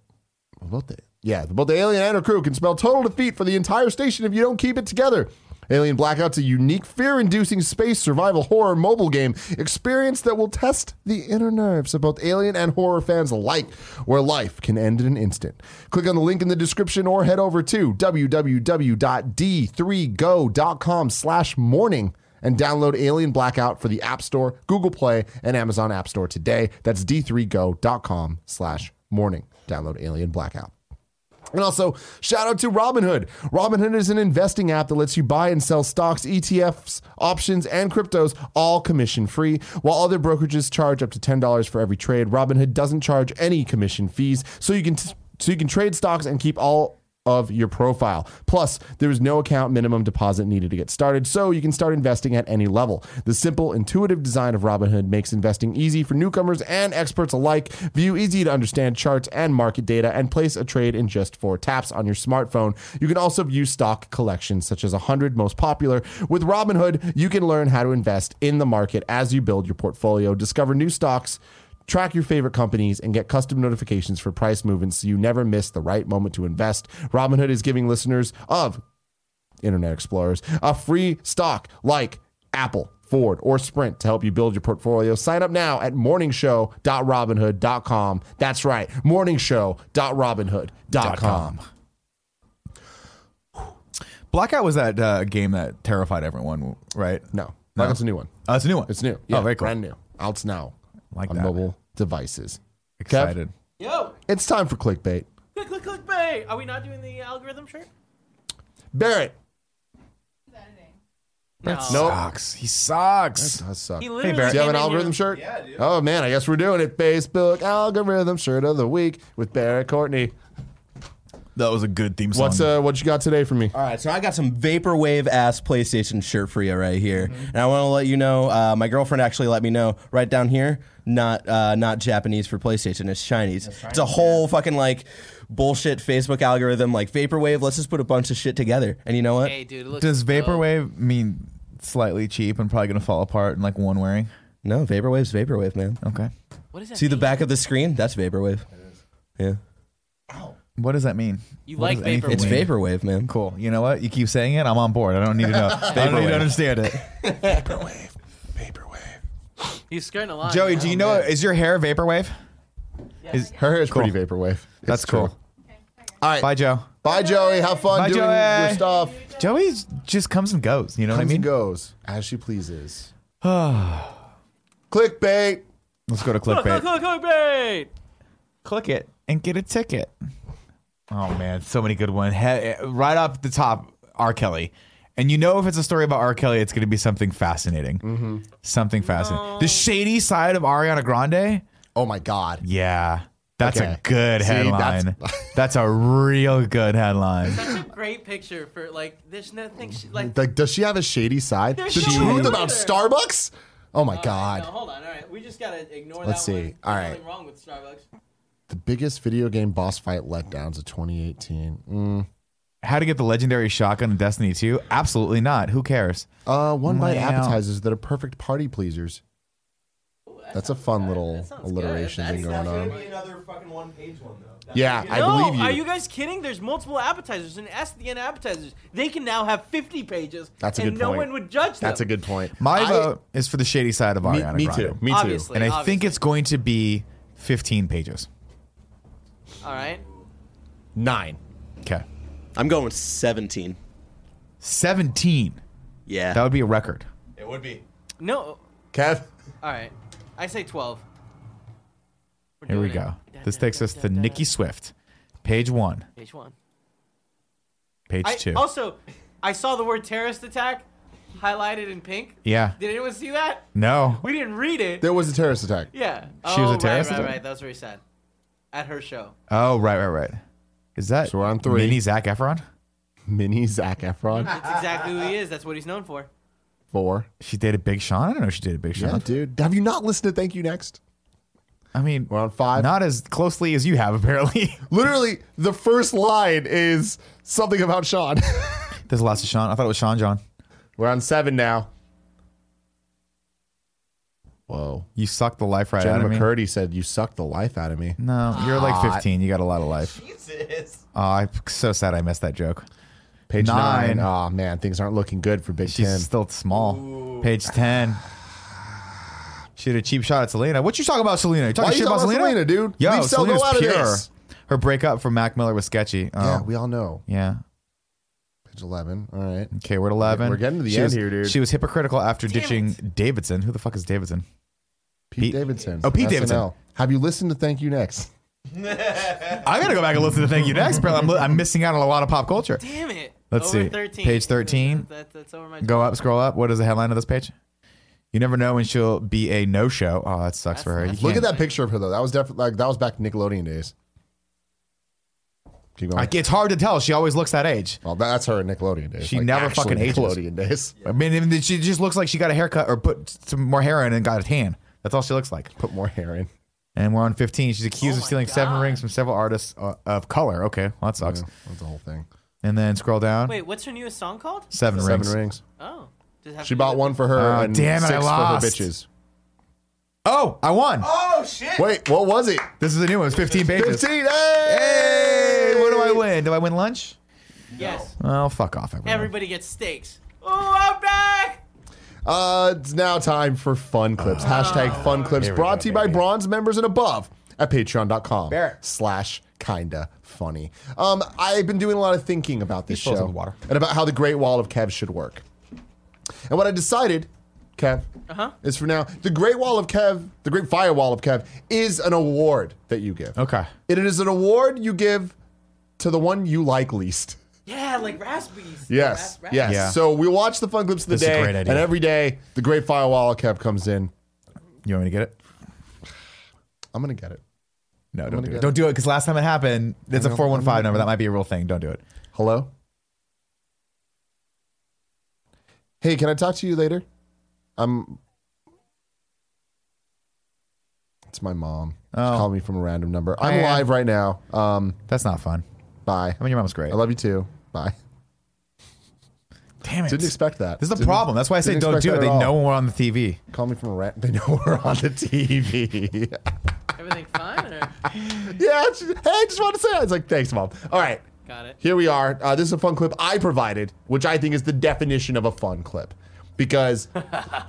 Speaker 1: both the yeah, both the alien and her crew can spell total defeat for the entire station if you don't keep it together. Alien Blackout's a unique, fear-inducing space survival horror mobile game experience that will test the inner nerves of both alien and horror fans alike, where life can end in an instant. Click on the link in the description or head over to www.d3go.com/morning slash morning and download Alien Blackout for the App Store, Google Play, and Amazon App Store today. That's d3go.com/morning. slash morning. Download Alien Blackout. And also, shout out to Robinhood. Robinhood is an investing app that lets you buy and sell stocks, ETFs, options, and cryptos, all commission free. While other brokerages charge up to $10 for every trade, Robinhood doesn't charge any commission fees, so you can, so you can trade stocks and keep all of your profile. Plus, there is no account minimum deposit needed to get started, so you can start investing at any level. The simple, intuitive design of Robinhood makes investing easy for newcomers and experts alike. View easy to understand charts and market data and place a trade in just four taps on your smartphone. You can also view stock collections such as 100 most popular. With Robinhood, you can learn how to invest in the market as you build your portfolio, discover new stocks, Track your favorite companies and get custom notifications for price movements so you never miss the right moment to invest. Robinhood is giving listeners of Internet Explorers a free stock like Apple, Ford, or Sprint to help you build your portfolio. Sign up now at morningshow.robinhood.com. That's right, morningshow.robinhood.com.
Speaker 2: Blackout was that uh, game that terrified everyone, right?
Speaker 1: No, no. that's a new one.
Speaker 2: Oh, it's a new one.
Speaker 1: It's new.
Speaker 2: oh, very cool.
Speaker 1: Brand new. Out now
Speaker 2: Like
Speaker 1: on
Speaker 2: that.
Speaker 1: mobile devices. Kev,
Speaker 2: Excited.
Speaker 3: Yo,
Speaker 1: it's time for clickbait.
Speaker 3: click, click, click, bay. Are we not doing the algorithm shirt?
Speaker 1: Barrett.
Speaker 3: No.
Speaker 1: Nope.
Speaker 2: Sucks. He sucks.
Speaker 1: Ah, That sucks.
Speaker 3: He literally
Speaker 2: Barrett.
Speaker 1: Do you have
Speaker 3: came
Speaker 1: an
Speaker 3: in
Speaker 1: algorithm
Speaker 3: here-
Speaker 1: shirt? Yeah, dude. Oh man, I guess we're doing it. Facebook algorithm shirt of the week with Barrett Courtney.
Speaker 2: That was a good theme song.
Speaker 1: What's uh, what you got today for me?
Speaker 4: All right, so I got some vaporwave ass PlayStation shirt for you right here, and I want to let you know. Uh, my girlfriend actually let me know right down here. Not uh, not Japanese for PlayStation. It's Chinese. It's a whole fucking like bullshit Facebook algorithm like vaporwave. Let's just put a bunch of shit together, and you know what?
Speaker 3: Hey, dude. It looks
Speaker 2: Does
Speaker 3: dope.
Speaker 2: vaporwave mean slightly cheap and probably gonna fall apart in like one wearing?
Speaker 4: No, vaporwave's vaporwave, man.
Speaker 2: Okay.
Speaker 3: What is that?
Speaker 4: See the
Speaker 3: mean?
Speaker 4: back of the screen? That's vaporwave. Yeah,
Speaker 2: What does that mean?
Speaker 3: You
Speaker 2: What
Speaker 3: like
Speaker 2: does anything-
Speaker 3: vaporwave.
Speaker 4: it's vaporwave, man.
Speaker 2: Cool. You know what? You keep saying it. I'm on board. I don't need to know. I don't need
Speaker 4: Vaporwave.
Speaker 2: to understand it.
Speaker 3: He's skirting a line.
Speaker 2: Joey,
Speaker 3: man.
Speaker 2: do you know? Is your hair vaporwave? Is-
Speaker 1: Her hair is pretty vaporwave.
Speaker 2: That's
Speaker 1: It's
Speaker 2: cool.
Speaker 1: true. All right,
Speaker 2: Bye,
Speaker 1: bye,
Speaker 2: Joe.
Speaker 1: Joey. Have fun
Speaker 2: Bye,
Speaker 1: doing
Speaker 2: Joey.
Speaker 1: your stuff.
Speaker 2: Joey just comes and goes. You know
Speaker 1: Comes and
Speaker 2: what I mean?
Speaker 1: goes as she
Speaker 2: *sighs*
Speaker 1: pleases. Clickbait.
Speaker 2: Let's go to
Speaker 3: Click,
Speaker 2: clickbait.
Speaker 3: click, click, click, bay.
Speaker 2: Click it and get a ticket. Oh man, so many good ones. He- right off the top, R. Kelly. And you know if it's a story about R. Kelly, it's going to be something fascinating.
Speaker 1: Mm-hmm.
Speaker 2: Something fascinating. The shady side of Ariana Grande.
Speaker 1: Oh my God.
Speaker 2: Yeah, that's
Speaker 1: Okay.
Speaker 2: a good
Speaker 1: See, that's- *laughs*
Speaker 2: headline. *laughs* That's, a real good headline.
Speaker 3: That's a great picture for like. There's nothing
Speaker 2: Oh
Speaker 3: she, like.
Speaker 1: Like, does she have a shady side?
Speaker 3: There's
Speaker 1: the
Speaker 3: no
Speaker 1: truth
Speaker 3: way.
Speaker 1: about Starbucks. Oh my
Speaker 3: No,
Speaker 1: God.
Speaker 3: hold on. All right, we just gotta ignore
Speaker 1: Let's
Speaker 3: that
Speaker 1: see.
Speaker 3: one. There's
Speaker 1: All right.
Speaker 3: nothing wrong with Starbucks.
Speaker 1: The biggest video game boss fight letdowns of 2018. Mm.
Speaker 2: How to get the legendary shotgun in Destiny 2? Absolutely not. Who cares?
Speaker 1: Uh, one bite
Speaker 2: Wow.
Speaker 1: appetizers that are perfect party pleasers. That's a fun little
Speaker 3: sounds good.
Speaker 1: alliteration
Speaker 3: That's-
Speaker 1: thing going
Speaker 3: that's
Speaker 1: on.
Speaker 4: be another fucking one page one though.
Speaker 1: Yeah, I
Speaker 3: no,
Speaker 1: believe you.
Speaker 3: are you guys kidding? There's multiple appetizers and S at the end of appetizers. They can now have 50 pages.
Speaker 1: That's a
Speaker 3: and
Speaker 1: good
Speaker 3: no
Speaker 1: point.
Speaker 3: one would judge them.
Speaker 1: That's a good point.
Speaker 2: My
Speaker 1: I-
Speaker 2: vote is for the shady side of
Speaker 1: Me,
Speaker 2: Ariana
Speaker 1: me
Speaker 2: Grande.
Speaker 1: too. Me
Speaker 3: Obviously.
Speaker 1: too.
Speaker 2: And I think it's going to be 15 pages.
Speaker 3: All right.
Speaker 1: Nine.
Speaker 2: Okay.
Speaker 4: I'm going with 17.
Speaker 2: 17.
Speaker 4: Yeah.
Speaker 2: That would be a record.
Speaker 4: it would be.
Speaker 3: No.
Speaker 1: Kev,
Speaker 3: All right. I say 12. We're
Speaker 2: Here we
Speaker 3: doing it.
Speaker 2: go. This takes us to Nikki Swift, page one,
Speaker 3: Page one.
Speaker 2: page
Speaker 3: I,
Speaker 2: two.
Speaker 3: Also, I saw the word terrorist attack highlighted in pink.
Speaker 2: Yeah.
Speaker 3: Did anyone see that?
Speaker 2: No.
Speaker 3: We didn't read it.
Speaker 1: there was a terrorist attack.
Speaker 3: yeah. Oh,
Speaker 2: She was a
Speaker 3: right,
Speaker 2: terrorist
Speaker 3: Right,
Speaker 2: attack?
Speaker 3: right, That was very sad. At her show.
Speaker 2: Oh, right, right, right. Is that
Speaker 1: So we're on three.
Speaker 2: mini Zach Efron?
Speaker 1: Mini Zach Efron.
Speaker 3: That's exactly who he is. That's what he's known for.
Speaker 1: Four.
Speaker 2: She dated Big Sean. I don't know. If she dated Big Sean.
Speaker 1: Yeah, dude. Have you not listened to Thank You Next?
Speaker 2: I mean,
Speaker 1: We're on five.
Speaker 2: not as closely as you have apparently. *laughs*
Speaker 1: Literally, the first line is something about Sean. *laughs*
Speaker 2: There's lots of Sean. I thought it was Sean John.
Speaker 1: We're on seven now. Whoa.
Speaker 2: You suck the life right out
Speaker 1: Jenna
Speaker 2: of me.
Speaker 1: McCurdy said, You suck the life out of me.
Speaker 2: No, you're like 15. You got a lot of life. Oh, I'm so sad I missed that joke.
Speaker 1: Page
Speaker 2: Nine.
Speaker 1: nine. Oh, man. Things aren't looking good for Big
Speaker 2: She's
Speaker 1: Ten.
Speaker 2: still small. Page 10. She had a cheap shot at Selena. What you talking about, Selena? You talking
Speaker 1: Why
Speaker 2: shit
Speaker 1: you talking
Speaker 2: about,
Speaker 1: about
Speaker 2: Selena?
Speaker 1: Selena, dude?
Speaker 2: Yo,
Speaker 1: Leave Sel Go
Speaker 2: Selena's
Speaker 1: out of
Speaker 2: pure.
Speaker 1: this.
Speaker 2: Her breakup from Mac Miller was sketchy. Oh,
Speaker 1: yeah, we all know.
Speaker 2: yeah.
Speaker 1: Page 11. All right.
Speaker 2: Okay, we're at 11.
Speaker 1: We're getting to the
Speaker 2: she
Speaker 1: end
Speaker 2: was,
Speaker 1: here, dude.
Speaker 2: She was hypocritical after ditching Davidson. Who the fuck is Davidson?
Speaker 1: Pete,
Speaker 2: Pete-
Speaker 1: Davidson.
Speaker 2: Oh, Pete Davidson.
Speaker 1: SNL. Have you listened to Thank You Next?
Speaker 2: I gotta go back and listen to Thank You Next. Bro. I'm, I'm missing out on a lot of pop culture.
Speaker 3: Damn it.
Speaker 2: Let's
Speaker 3: over
Speaker 2: see.
Speaker 3: 13.
Speaker 2: Page 13.
Speaker 3: That, that's over my.
Speaker 2: Go up, scroll up. What is the headline of this page? You never know when she'll be a no show. Oh, that sucks for her. You
Speaker 3: That's-
Speaker 1: Look at
Speaker 2: can't-
Speaker 1: that picture of her, though. That was definitely like, that was back Nickelodeon days. Keep going.
Speaker 2: Like, it's hard to tell. She always looks that age.
Speaker 1: well, that's her in Nickelodeon days.
Speaker 2: She
Speaker 1: Like,
Speaker 2: never
Speaker 1: actually
Speaker 2: fucking ages.
Speaker 1: Nickelodeon days. *laughs*
Speaker 2: I mean, even- she just looks like she got a haircut or put some more hair in and got a tan. That's all she looks like.
Speaker 1: Put more hair in.
Speaker 2: And we're on 15. She's accused
Speaker 3: Oh
Speaker 2: of
Speaker 3: my
Speaker 2: stealing seven
Speaker 3: God.
Speaker 2: rings from several artists uh, of color. Okay, well, that sucks.
Speaker 1: Yeah, that's the whole thing.
Speaker 2: And then scroll down.
Speaker 3: Wait, what's her newest song called?
Speaker 2: seven,
Speaker 1: Seven
Speaker 2: rings.
Speaker 1: rings.
Speaker 3: Oh. Does it have
Speaker 1: She
Speaker 3: to do
Speaker 1: bought
Speaker 3: with-
Speaker 1: one for her
Speaker 2: Oh,
Speaker 1: and
Speaker 2: damn it, I
Speaker 1: six
Speaker 2: lost.
Speaker 1: for her bitches.
Speaker 2: Oh, I won.
Speaker 5: Oh shit!
Speaker 1: Wait, what was it?
Speaker 2: This is a new one. It's 15 pages.
Speaker 1: 15. Hey!
Speaker 2: Hey, what do I win? Do I win lunch?
Speaker 3: Yes.
Speaker 2: Oh, fuck off, everyone.
Speaker 3: Everybody gets steaks. Oh, I'm back.
Speaker 1: Uh, it's now time for fun clips. Hashtag fun clips brought to you by bronze members and above at patreon.com
Speaker 2: Barrett.
Speaker 1: slash kinda funny. Um, I've been doing a lot of thinking about this
Speaker 2: He's full of
Speaker 1: show
Speaker 2: water.
Speaker 1: and about how the Great Wall of Kev should work. And what I decided, Kev,
Speaker 3: Uh-huh.
Speaker 1: is for now, the Great Wall of Kev, the Great Firewall of Kev, is an award that you give.
Speaker 2: Okay.
Speaker 1: It is an award you give to the one you like least.
Speaker 3: Yeah, like raspies.
Speaker 1: Yes.
Speaker 3: Rasp-
Speaker 1: Yes.
Speaker 2: Yeah.
Speaker 1: So we watch the fun clips of the
Speaker 2: This is a
Speaker 1: day,
Speaker 2: great idea.
Speaker 1: and every day the Great Firewall of Kev comes in.
Speaker 2: You want me to get it?
Speaker 1: I'm gonna get it.
Speaker 2: No, don't
Speaker 1: gonna
Speaker 2: do
Speaker 1: get
Speaker 2: it.
Speaker 1: it.
Speaker 2: Don't do it because last time it happened, it's a 415 number. That might be a real thing. Don't do it.
Speaker 1: Hello. Hey, can I talk to you later? I'm. It's my mom. She
Speaker 2: Oh.
Speaker 1: called me from a random number. I'm
Speaker 2: Man.
Speaker 1: live right now. Um,
Speaker 2: That's not fun.
Speaker 1: bye.
Speaker 2: I mean, your mom's great.
Speaker 1: I love you too. Bye.
Speaker 2: Damn it.
Speaker 1: Didn't expect that.
Speaker 2: this is the
Speaker 1: Didn't-
Speaker 2: problem. That's why I say
Speaker 1: didn't
Speaker 2: don't
Speaker 1: expect
Speaker 2: do it.
Speaker 1: that
Speaker 2: They
Speaker 1: at all.
Speaker 2: know when we're on the TV.
Speaker 1: Call me from a rant. *laughs* They know we're on the TV.
Speaker 3: Everything fine?
Speaker 1: *laughs*
Speaker 3: Or?
Speaker 1: yeah. She, hey, I just want to say. that. It's like, thanks, mom. All right.
Speaker 3: Got it.
Speaker 1: Here we are. Uh, this is a fun clip I provided, which I think is the definition of a fun clip,
Speaker 3: *laughs*
Speaker 1: because,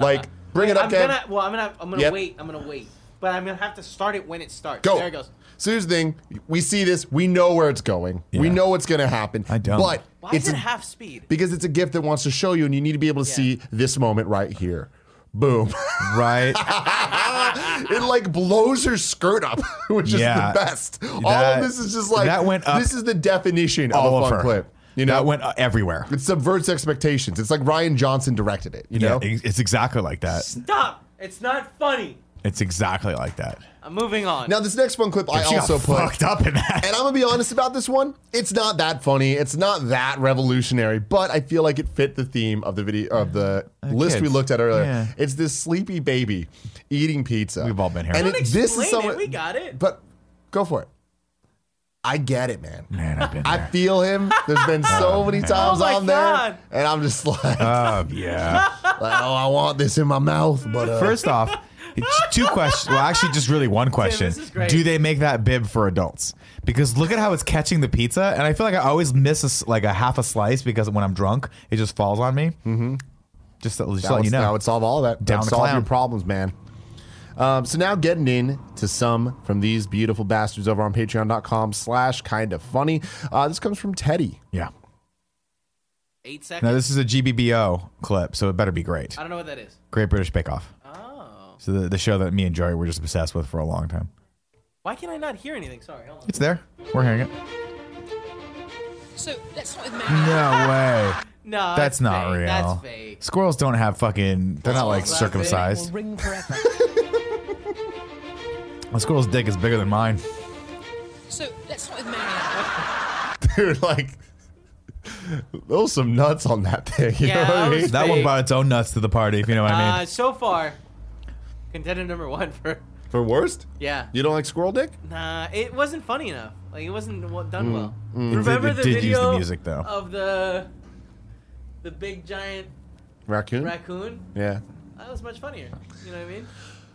Speaker 1: like, bring it up,
Speaker 3: I'm
Speaker 1: Kev.
Speaker 3: gonna. Well, I'm gonna. I'm gonna
Speaker 1: Yep.
Speaker 3: wait. I'm gonna wait. But I'm gonna have to start it when it starts.
Speaker 1: Go.
Speaker 3: There it goes.
Speaker 1: So here's the thing: we see this, we know where it's going, we
Speaker 2: Yeah.
Speaker 1: know what's going to happen.
Speaker 2: I don't.
Speaker 1: But
Speaker 3: Why
Speaker 1: it's
Speaker 3: is it
Speaker 1: a-
Speaker 3: half speed?
Speaker 1: because it's a gift that wants to show you, and you need to be able to
Speaker 3: Yeah.
Speaker 1: see this moment right here. Boom! *laughs*
Speaker 2: Right?
Speaker 1: it like blows her skirt up, *laughs* which
Speaker 2: Yeah.
Speaker 1: is the best. All
Speaker 2: That-
Speaker 1: of this is just like
Speaker 2: that went up
Speaker 1: This is the definition
Speaker 2: All
Speaker 1: of a
Speaker 2: of
Speaker 1: fun
Speaker 2: her.
Speaker 1: clip. You know,
Speaker 2: That went uh, everywhere.
Speaker 1: it subverts expectations. It's like Ryan Johnson directed it. You
Speaker 2: yeah,
Speaker 1: know,
Speaker 2: ex- it's exactly like that.
Speaker 3: Stop. It's not funny.
Speaker 2: It's exactly like that.
Speaker 3: I'm moving on.
Speaker 1: Now this next fun clip I
Speaker 2: she
Speaker 1: also
Speaker 2: got
Speaker 1: put.
Speaker 2: fucked up in that.
Speaker 1: And I'm gonna be honest about this one. It's not that funny. It's not that revolutionary, but I feel like it fit the theme of the video of the list we
Speaker 2: kids.
Speaker 1: looked at earlier.
Speaker 2: Yeah.
Speaker 1: It's this sleepy baby eating pizza.
Speaker 2: We've all been here.
Speaker 1: And
Speaker 2: Don't
Speaker 1: it, this
Speaker 3: explain
Speaker 1: is
Speaker 3: it.
Speaker 1: someone
Speaker 3: We got it.
Speaker 1: But go for it. I get it, man.
Speaker 2: Man, I've been
Speaker 1: I feel him. There's been
Speaker 2: *laughs*
Speaker 1: so many times
Speaker 3: Oh my
Speaker 1: I'm there,
Speaker 3: God.
Speaker 1: and I'm just like,
Speaker 2: Oh, yeah.
Speaker 1: *laughs* like, oh, I want this in my mouth, but uh,
Speaker 2: First off, it's two questions. Well, actually, just really one question.
Speaker 3: this is great.
Speaker 2: Do they make that bib for adults? Because look at how it's catching the pizza, and I feel like I always miss a s like a half a slice because when I'm drunk, it just falls on me. Mm-hmm. Just to, just
Speaker 1: That
Speaker 2: to let you
Speaker 1: would, that
Speaker 2: know.
Speaker 1: would solve all that.
Speaker 2: Down
Speaker 1: that would
Speaker 2: the
Speaker 1: solve your
Speaker 2: clown.
Speaker 1: problems, man. Um, so now getting in to some from these beautiful bastards over on patreon.com slash kind of funny. Uh, this comes from Teddy.
Speaker 2: yeah.
Speaker 3: Eight seconds.
Speaker 2: Now this is a GBBO clip, so it better be great.
Speaker 3: I don't know what that is.
Speaker 2: Great British Bake Off.
Speaker 3: Oh,
Speaker 2: So the, the show that me and Joey were just obsessed with for a long time.
Speaker 3: why can I not hear anything? Sorry, hold on.
Speaker 2: It's there. We're hearing it.
Speaker 5: So let's start with Mary.
Speaker 2: No way.
Speaker 3: No,
Speaker 2: That's
Speaker 3: that's
Speaker 2: not
Speaker 3: fake.
Speaker 2: real.
Speaker 3: That's fake.
Speaker 2: Squirrels don't have fucking. They're not like
Speaker 3: Squirrels are
Speaker 1: *laughs*
Speaker 2: circumcised.
Speaker 5: ring forever.
Speaker 2: My squirrel's dick is bigger than mine.
Speaker 5: so let's start with Mary.
Speaker 1: dude. Like, those some nuts on that thing. *laughs* You
Speaker 3: Yeah,
Speaker 1: know what
Speaker 3: I
Speaker 1: I
Speaker 3: was-
Speaker 1: mean?
Speaker 2: That one
Speaker 3: Big.
Speaker 2: brought its own nuts to the party, if you know what I
Speaker 3: Uh,
Speaker 2: mean.
Speaker 3: so far, contender number one for
Speaker 1: For worst,
Speaker 3: yeah.
Speaker 1: you don't like squirrel dick?
Speaker 3: Nah, it wasn't funny enough. Like it wasn't wa-
Speaker 2: Mm.
Speaker 3: done well.
Speaker 2: It did-
Speaker 3: Remember
Speaker 2: it
Speaker 3: the
Speaker 2: did use the
Speaker 3: video Oh.
Speaker 2: music, though.
Speaker 3: of the the big giant
Speaker 1: Raccoon.
Speaker 3: raccoon?
Speaker 1: yeah.
Speaker 3: That was much funnier. You know what I mean?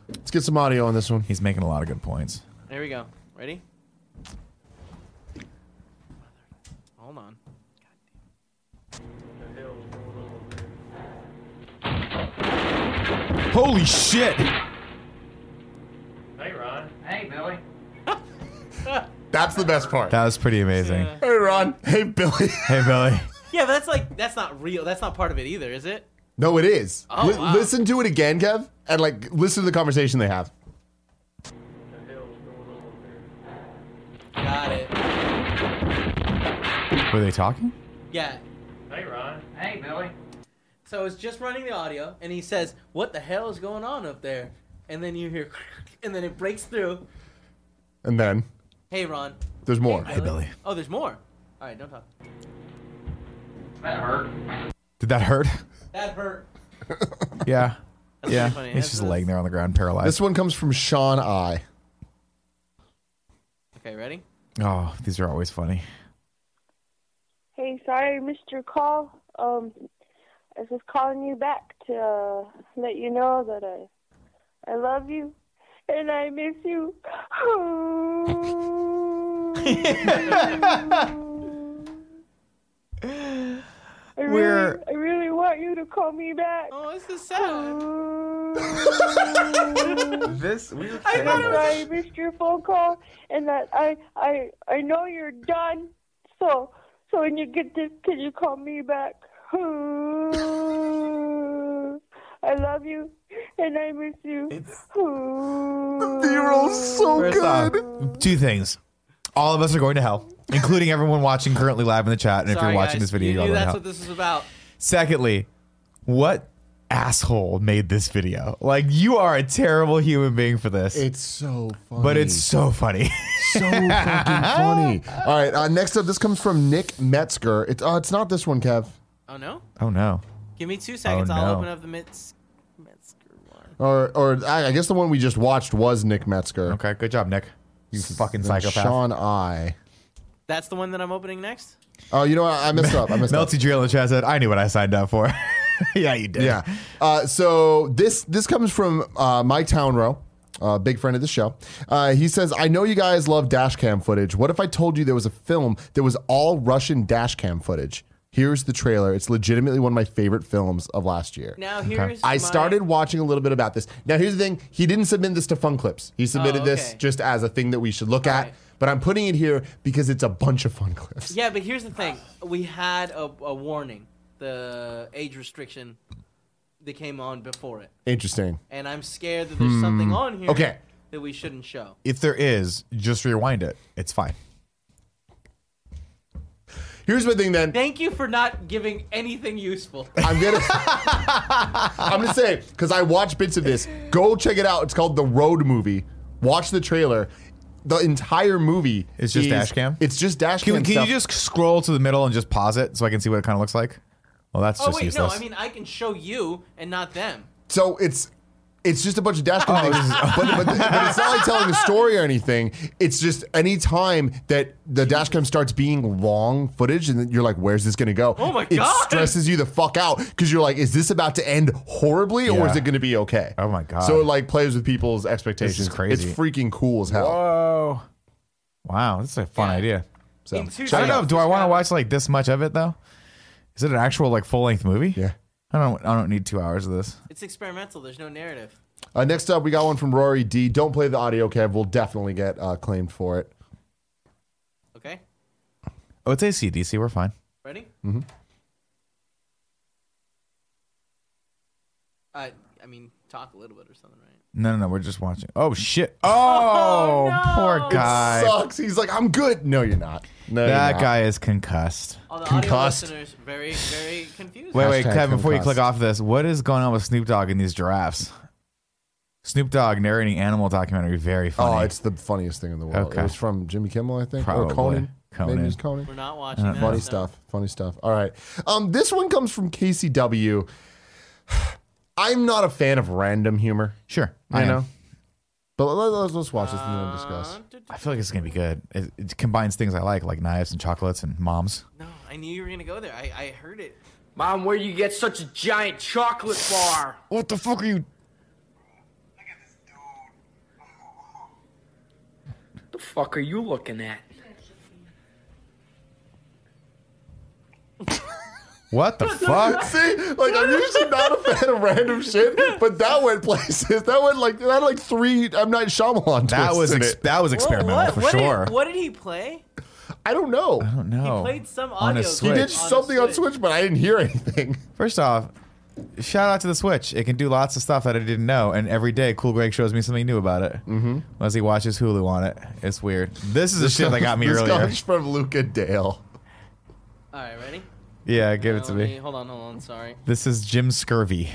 Speaker 1: Let's get some audio on this one.
Speaker 2: He's making a lot of good points.
Speaker 3: Here we go. Ready? Hold on.
Speaker 2: Holy shit!
Speaker 6: Hey, Ron. Hey, Billy.
Speaker 1: That's the best part.
Speaker 2: That was pretty amazing.
Speaker 3: Yeah.
Speaker 1: hey, Ron. Hey, Billy. *laughs*
Speaker 3: *laughs*
Speaker 2: Hey, Billy.
Speaker 3: Yeah, but that's like that's not real. That's not part of it either, is it?
Speaker 1: no, it is.
Speaker 3: Oh,
Speaker 1: Li-
Speaker 3: wow.
Speaker 1: Listen to it again, Kev, and like listen to the conversation they have.
Speaker 3: Got it.
Speaker 2: Were they talking?
Speaker 3: Yeah.
Speaker 6: Hey, Ron. Hey, Billy.
Speaker 3: So I was just running the audio, and he says, "What the hell is going on up there?" And then you hear, *laughs* and then it breaks through.
Speaker 1: And then
Speaker 3: Hey, Ron.
Speaker 1: there's more.
Speaker 2: Hey, Billy.
Speaker 3: Oh, there's more. All right, don't talk.
Speaker 6: That hurt.
Speaker 2: Did that hurt?
Speaker 3: That hurt.
Speaker 2: Yeah. yeah.
Speaker 3: pretty funny.
Speaker 2: He's just
Speaker 3: That's-
Speaker 2: laying there on the ground, paralyzed.
Speaker 1: This one comes from Sean I.
Speaker 3: Okay, ready?
Speaker 2: oh, these are always funny.
Speaker 7: Hey, sorry, Mr. Call. Um, I was just calling you back to uh, let you know that I, I love you, and I miss you. I really,
Speaker 2: We're-
Speaker 7: I really want you to call me back.
Speaker 3: Oh, this is sad.
Speaker 2: *laughs* This we were
Speaker 7: I'm sorry, I missed your phone call, and that I, I, I know you're done. So, so when you get this, can you call me back? *laughs* I love you, and I miss you. *laughs*
Speaker 1: so
Speaker 2: First off, two things. All of us are going to hell, including everyone watching currently live in the chat. And if
Speaker 3: Sorry,
Speaker 2: you're watching this
Speaker 3: guys.
Speaker 2: video,
Speaker 3: you
Speaker 2: you're all
Speaker 3: knew
Speaker 2: going to hell.
Speaker 3: that's what this is about.
Speaker 2: Secondly, what asshole made this video? Like, you are a terrible human being for this,
Speaker 1: It's so funny.
Speaker 2: but it's so
Speaker 1: *laughs*
Speaker 2: funny.
Speaker 1: so fucking funny. All right, uh, next up, this comes from Nick Metzger. It's uh, it's not this one, Kev.
Speaker 3: Oh no!
Speaker 2: oh no!
Speaker 3: Give me two seconds.
Speaker 2: Oh,
Speaker 3: I'll
Speaker 2: no.
Speaker 3: open up the Mets. Metzger one.
Speaker 1: Or or I, I guess the one we just watched was Nick Metzger.
Speaker 2: Okay, good job, Nick. You fucking
Speaker 1: And
Speaker 2: psychopath.
Speaker 1: Sean I.
Speaker 3: That's the one that I'm opening next.
Speaker 1: Oh, you know what? I messed up. I *laughs* messed up.
Speaker 2: Melty Drill in the chat said, "I knew what I signed up for." yeah, you did.
Speaker 1: Yeah. Uh, so this this comes from uh, Mike Townrow, uh, big friend of the show. Uh, he says, "I know you guys love dash cam footage. What if I told you there was a film that was all Russian dash cam footage? Here's the trailer. It's legitimately one of my favorite films of last year.
Speaker 3: Now here's.
Speaker 1: I
Speaker 3: my-
Speaker 1: started watching a little bit about this. Now, here's the thing: he didn't submit this to Fun Clips. He submitted this
Speaker 3: Oh, okay.
Speaker 1: just as a thing that we should look at.
Speaker 3: Right.
Speaker 1: But I'm putting it here because it's a bunch of Fun Clips.
Speaker 3: Yeah, but here's the thing: we had a, a warning, the age restriction that came on before it,
Speaker 1: Interesting.
Speaker 3: and I'm scared that there's something
Speaker 2: Hmm.
Speaker 3: on here.
Speaker 1: Okay.
Speaker 3: That we shouldn't show.
Speaker 2: If there is, just rewind it. It's fine.
Speaker 1: Here's my thing. Then
Speaker 3: Thank you for not giving anything useful.
Speaker 1: I'm
Speaker 2: *laughs*
Speaker 1: gonna I'm gonna say because I watched bits of this. Go check it out. It's called The Road Movie. Watch the trailer. The entire movie
Speaker 2: It's just
Speaker 1: is-
Speaker 2: dash cam?
Speaker 1: It's just dash
Speaker 2: Can,
Speaker 1: cam.
Speaker 2: can
Speaker 1: stuff.
Speaker 2: you just scroll to the middle and just pause it so I can see what it kind of looks like? Well, that's
Speaker 3: Oh
Speaker 2: just
Speaker 3: wait,
Speaker 2: useless.
Speaker 3: no. I mean, I can show you and not them.
Speaker 1: So it's it's just a bunch of
Speaker 2: Oh,
Speaker 1: dash cam things, but, but, but it's not like telling a story or anything. It's just any time that the dash cam starts being long footage, and then you're like, "Where's this going to go?"
Speaker 3: Oh my
Speaker 1: it
Speaker 3: God.
Speaker 1: stresses you the fuck out because you're like, "Is this about to end horribly, or is
Speaker 2: Yeah.
Speaker 1: it going to be okay?"
Speaker 2: Oh my God.
Speaker 1: So it like plays with people's expectations.
Speaker 2: crazy.
Speaker 1: It's freaking cool as hell.
Speaker 2: Whoa. Oh. Wow, this is a fun
Speaker 3: Yeah.
Speaker 2: idea.
Speaker 1: So,
Speaker 3: In two
Speaker 1: check
Speaker 2: I
Speaker 1: it
Speaker 2: don't
Speaker 3: seconds.
Speaker 1: out.
Speaker 2: know. Do I want to watch like this much of it though? Is it an actual like full length movie?
Speaker 1: Yeah.
Speaker 2: I don't. I don't need two hours of this.
Speaker 3: It's experimental. There's no narrative.
Speaker 1: Uh, next up, we got one from Rory D. Don't play the audio, Kev. We'll definitely get uh, claimed for it.
Speaker 3: Okay,
Speaker 2: Oh, it's ACDC. We're fine.
Speaker 3: ready? Uh, I mean, talk a little bit or something, right?
Speaker 2: No, no, no. We're just watching.
Speaker 1: *laughs*
Speaker 2: Oh shit. Oh, poor guy.
Speaker 1: Sucks. He's like, I'm good. No, you're not. No,
Speaker 2: that
Speaker 1: you're not.
Speaker 2: guy is concussed.
Speaker 3: All the
Speaker 1: Concussed.
Speaker 3: audio listeners very,
Speaker 2: *laughs*
Speaker 3: very confused.
Speaker 2: Wait, wait,
Speaker 1: Hashtag
Speaker 2: Kevin. Before you
Speaker 1: concussed.
Speaker 2: click off this, what is going on with Snoop Dogg and these giraffes? Snoop Dogg narrating animal documentary. Very funny.
Speaker 1: Oh, it's the funniest thing in the world.
Speaker 2: Okay.
Speaker 1: It was from Jimmy Kimmel, I think, or
Speaker 2: Probably.
Speaker 1: Conan.
Speaker 2: Conan.
Speaker 1: Maybe it was Conan.
Speaker 3: We're
Speaker 2: Uh,
Speaker 3: not watching that.
Speaker 1: Funny
Speaker 3: so-
Speaker 1: stuff. Funny stuff. All right. Um, this one comes from KCW. *sighs* I'm not a fan of random humor.
Speaker 2: sure.
Speaker 1: I
Speaker 2: am.
Speaker 1: know. But let, let's, let's watch this and then discuss.
Speaker 3: Uh, duh, duh,
Speaker 2: I feel like it's gonna be good. It, it combines things I like, like knives and chocolates and moms.
Speaker 3: No, I knew you were gonna go there. I, I heard it.
Speaker 8: Mom, where do you get such a giant chocolate bar?
Speaker 2: What the fuck are you?
Speaker 8: the fuck are you looking at?
Speaker 2: What the fuck?
Speaker 1: See, like I'm usually not a fan of random shit, but that went places. That went like that had like three. I'm not Shyamalan.
Speaker 2: That
Speaker 1: twists
Speaker 2: was
Speaker 1: in
Speaker 2: ex-
Speaker 1: it.
Speaker 2: that was experimental
Speaker 3: what,
Speaker 2: for
Speaker 3: what
Speaker 2: sure.
Speaker 3: Did, what did he play?
Speaker 1: I don't know.
Speaker 2: I don't know.
Speaker 3: He played some
Speaker 2: On
Speaker 3: audio.
Speaker 2: a
Speaker 1: He
Speaker 2: Switch.
Speaker 1: did something on Switch, but I didn't hear anything.
Speaker 2: First off, shout out to the Switch. It can do lots of stuff that I didn't know, and every day Cool Greg shows me something new about it. Mm-hmm. Unless he watches Hulu on it, it's weird. This is the shit that got me
Speaker 1: *laughs* this
Speaker 2: earlier.
Speaker 1: comes from Luca Dale.
Speaker 3: All right, ready?
Speaker 2: Yeah, give it
Speaker 3: Uh,
Speaker 2: to
Speaker 3: let
Speaker 2: me.
Speaker 3: Hold on, hold on. Sorry. *laughs*
Speaker 2: This is
Speaker 1: *laughs*
Speaker 2: Jim Scurvy.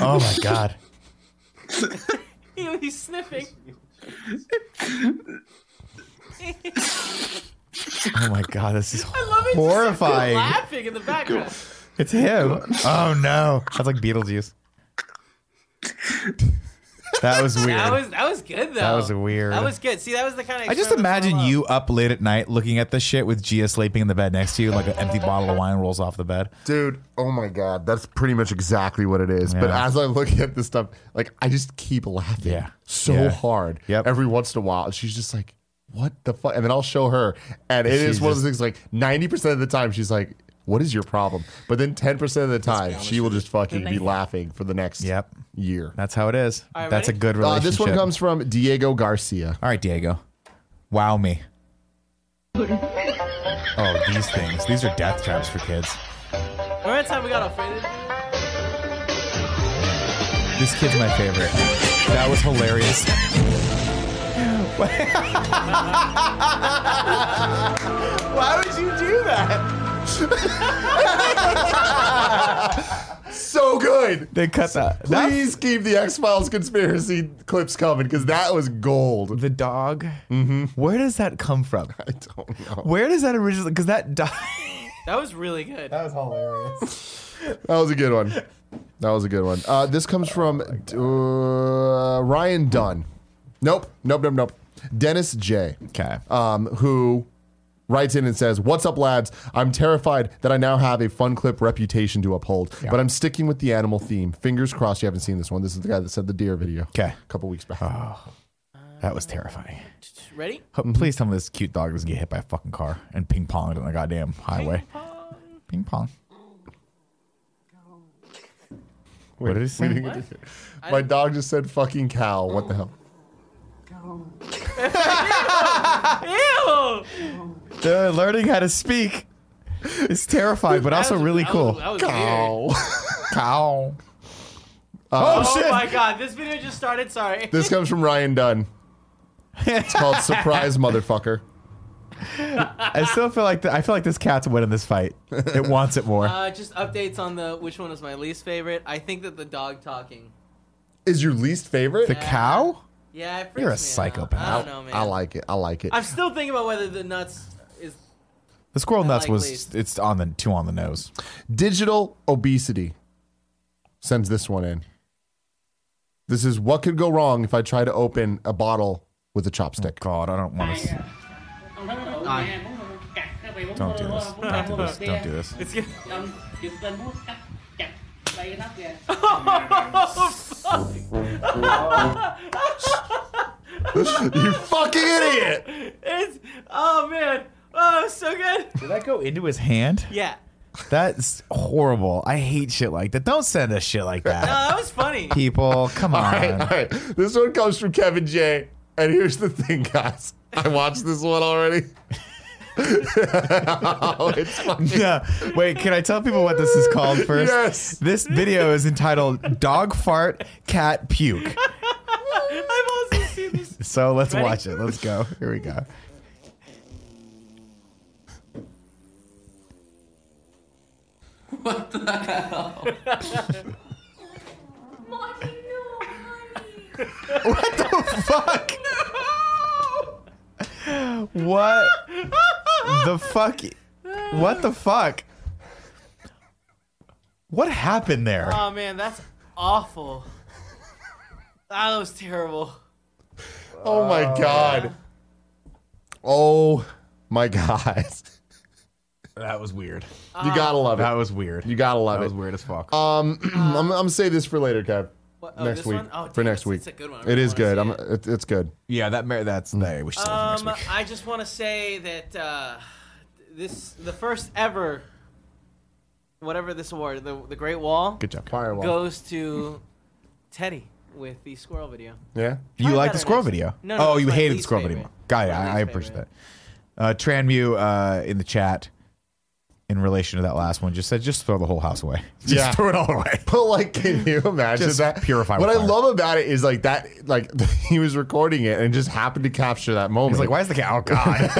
Speaker 2: Oh my god.
Speaker 3: Ew, he's
Speaker 2: *laughs*
Speaker 3: sniffing. *laughs*
Speaker 2: Oh my god. This is
Speaker 3: Love it.
Speaker 2: horrifying.
Speaker 3: Laughing in the background.
Speaker 2: It's him. Oh no. That's like Beetlejuice. That was weird.
Speaker 3: That was that was good though.
Speaker 2: That was weird.
Speaker 3: That was good. See, that was the kind of.
Speaker 2: I just imagine you up late at night looking at this shit with Gia sleeping in the bed next to you, like an empty bottle of wine rolls off the bed.
Speaker 1: Dude, oh my god, that's pretty much exactly what it is. But
Speaker 2: Yeah.
Speaker 1: as I look at this stuff, like I just keep laughing
Speaker 2: Yeah.
Speaker 1: so
Speaker 2: Yeah.
Speaker 1: hard
Speaker 2: Yep.
Speaker 1: every once in a while. And she's just like, "What the fuck?" And then I'll show her, and it is
Speaker 2: She's
Speaker 1: one of those things. Like ninety percent of the time, she's like, "What is your problem?" But then ten percent of the time, she will just fucking be laughing for the next
Speaker 2: Yep.
Speaker 1: year.
Speaker 2: That's how it is.
Speaker 3: All right,
Speaker 2: That's
Speaker 3: ready?
Speaker 2: a good
Speaker 1: Uh,
Speaker 2: relationship.
Speaker 1: this one comes from Diego Garcia.
Speaker 2: All right, Diego. Wow me. Oh, these things. These are death traps for kids.
Speaker 3: Remember that time we got offended?
Speaker 2: This kid's my favorite. That was hilarious. *laughs* Why would you do that?
Speaker 1: So good.
Speaker 2: They cut that. That-
Speaker 1: Please keep the X Files conspiracy clips coming because that was gold. *laughs*
Speaker 2: the dog. Mm-hmm. Where does that come from?
Speaker 1: I don't know.
Speaker 2: Where does that originally? Because that dog.
Speaker 3: That was really good.
Speaker 2: was hilarious.
Speaker 1: That was a good one. That was a good one. Uh, this comes from
Speaker 2: Oh
Speaker 1: uh, Ryan Dunn. Nope, nope, nope, nope. Dennis J.
Speaker 2: Okay.
Speaker 1: Um, who writes in and says, "What's up, lads? I'm terrified that I now have a fun clip reputation to uphold, but I'm sticking with the animal theme. Fingers crossed you haven't seen this one. This is the guy that said the deer video.
Speaker 2: 'Kay.
Speaker 1: a couple weeks back.
Speaker 2: *laughs* Uh,
Speaker 1: *laughs*
Speaker 2: That was terrifying.
Speaker 3: Ready?
Speaker 2: Ho- Please tell me this cute dog doesn't get hit by a fucking car and ping ponged on the goddamn highway. Ping pong. What did he
Speaker 1: We
Speaker 2: say?
Speaker 1: didn't get to- My dog just said fucking cow. What the hell?
Speaker 3: Ew! Oh
Speaker 2: They're learning how to speak. It's terrifying, but also
Speaker 3: That was-
Speaker 2: really
Speaker 3: that
Speaker 2: cool.
Speaker 3: Was, that was
Speaker 1: Cow.
Speaker 3: weird.
Speaker 2: Cow. oh,
Speaker 3: Oh
Speaker 2: shit!
Speaker 3: my god, this video just started. Sorry.
Speaker 1: This comes from Ryan Dunn. It's
Speaker 2: *laughs*
Speaker 1: called Surprise Motherfucker.
Speaker 2: I still feel like th- I feel like this cat's winning this fight. It wants it more.
Speaker 3: *laughs* Uh, just updates on the which one is my least favorite. I think that the dog talking.
Speaker 1: Is your least favorite?
Speaker 2: the cow?
Speaker 3: Yeah, it freaks
Speaker 2: You're a
Speaker 3: me out.
Speaker 2: psychopath.
Speaker 3: I don't know, man.
Speaker 1: I like it. I like it.
Speaker 3: I'm still thinking about whether the nuts is.
Speaker 2: The squirrel nuts
Speaker 3: like
Speaker 2: was
Speaker 3: least.
Speaker 2: it's on the two on the nose.
Speaker 1: Digital obesity sends this one in. This is what could go wrong if I try to open a bottle with a
Speaker 2: *laughs*
Speaker 1: chopstick.
Speaker 2: God, I don't want to. Don't do this. Don't do this. Don't do this.
Speaker 3: It's gonna,
Speaker 1: you fucking idiot!
Speaker 3: it's oh man, oh it was so good.
Speaker 2: Did that go into his hand?
Speaker 3: Yeah,
Speaker 2: That's horrible. I hate shit like that. Don't send us shit like
Speaker 3: no,
Speaker 2: that.
Speaker 3: Uh, *laughs* that was funny.
Speaker 2: People, come on.
Speaker 1: All right, all right. This one comes from Kevin J. And here's the thing, guys. I watched this one already. *laughs* Oh, it's fucking.
Speaker 2: *laughs* Yeah. Wait, can I tell people what this is *laughs* called first?
Speaker 1: Yes.
Speaker 2: This video is entitled Dog Fart Cat Puke.
Speaker 3: I've also seen this.
Speaker 2: So let's
Speaker 3: Ready?
Speaker 2: watch it. Let's go. Here we
Speaker 3: *laughs*
Speaker 2: go. What the fuck? What
Speaker 3: *laughs*
Speaker 2: the fuck? What the fuck? What happened there?
Speaker 3: Oh man, that's awful. Ah, that was terrible.
Speaker 1: Oh my god. Oh my *laughs* god.
Speaker 2: That was weird.
Speaker 1: You gotta love
Speaker 2: That
Speaker 1: it.
Speaker 2: was weird.
Speaker 1: You gotta love
Speaker 2: That
Speaker 1: it.
Speaker 2: was weird as fuck.
Speaker 1: Um, *clears throat* I'm, I'm gonna save this for later, Kev.
Speaker 3: What, oh,
Speaker 1: next
Speaker 3: this
Speaker 1: week
Speaker 3: one? Oh,
Speaker 1: for
Speaker 3: damn,
Speaker 1: next
Speaker 3: it's-
Speaker 1: week.
Speaker 3: it's a good one. I
Speaker 1: It
Speaker 3: really
Speaker 1: is
Speaker 3: wanna
Speaker 1: good.
Speaker 3: see
Speaker 1: I'm.
Speaker 3: it.
Speaker 1: It, it's good.
Speaker 2: yeah, that mar- that's there. We should save it for
Speaker 3: Um,
Speaker 2: next week.
Speaker 3: I just want to say that uh, this the first ever whatever this award, the the Great Wall,
Speaker 2: Good job.
Speaker 1: Firewall.
Speaker 3: goes to Teddy with the squirrel video.
Speaker 2: *laughs*
Speaker 1: Yeah.
Speaker 2: You
Speaker 3: Probably
Speaker 2: like the
Speaker 3: better
Speaker 2: squirrel
Speaker 3: next-
Speaker 2: video?
Speaker 3: No, no,
Speaker 2: oh,
Speaker 3: it's
Speaker 2: you
Speaker 3: my
Speaker 2: hated the
Speaker 3: least
Speaker 2: squirrel
Speaker 3: favorite.
Speaker 2: video. Got it.
Speaker 3: My
Speaker 2: I, I
Speaker 3: least
Speaker 2: appreciate
Speaker 3: favorite.
Speaker 2: that. Uh, Tranmu uh, in the chat, in relation to that last one, just said, just throw the whole house away. *laughs* Just
Speaker 1: Yeah.
Speaker 2: throw it all away.
Speaker 1: *laughs* But like, can
Speaker 2: *laughs*
Speaker 1: you imagine
Speaker 2: Just
Speaker 1: that?
Speaker 2: purify
Speaker 1: What
Speaker 2: with
Speaker 1: I
Speaker 2: fire.
Speaker 1: love about it is like that. Like *laughs* he was recording it and just happened to capture that moment.
Speaker 2: He's like, why is the cat? Oh
Speaker 3: *laughs*
Speaker 2: god! *laughs*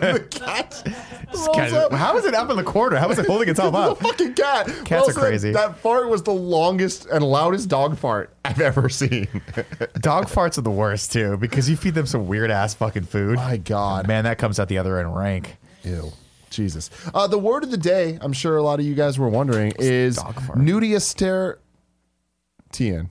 Speaker 1: the cat *laughs* rolls
Speaker 2: Cat is-
Speaker 1: up.
Speaker 2: How is it up in the corner? How is it holding itself
Speaker 1: It's a
Speaker 3: *laughs*
Speaker 2: up?
Speaker 1: fucking cat. Cats
Speaker 2: are crazy.
Speaker 1: That, fart was the longest and loudest dog fart I've ever seen.
Speaker 2: Dog farts are the worst too because you feed them some weird ass fucking food.
Speaker 1: My God.
Speaker 2: man, that comes out the other end rank.
Speaker 1: Ew. Jesus. Uh, the word of the day, I'm sure a lot of you guys were wondering, is
Speaker 2: dog fart?
Speaker 1: nudiaster. Tian,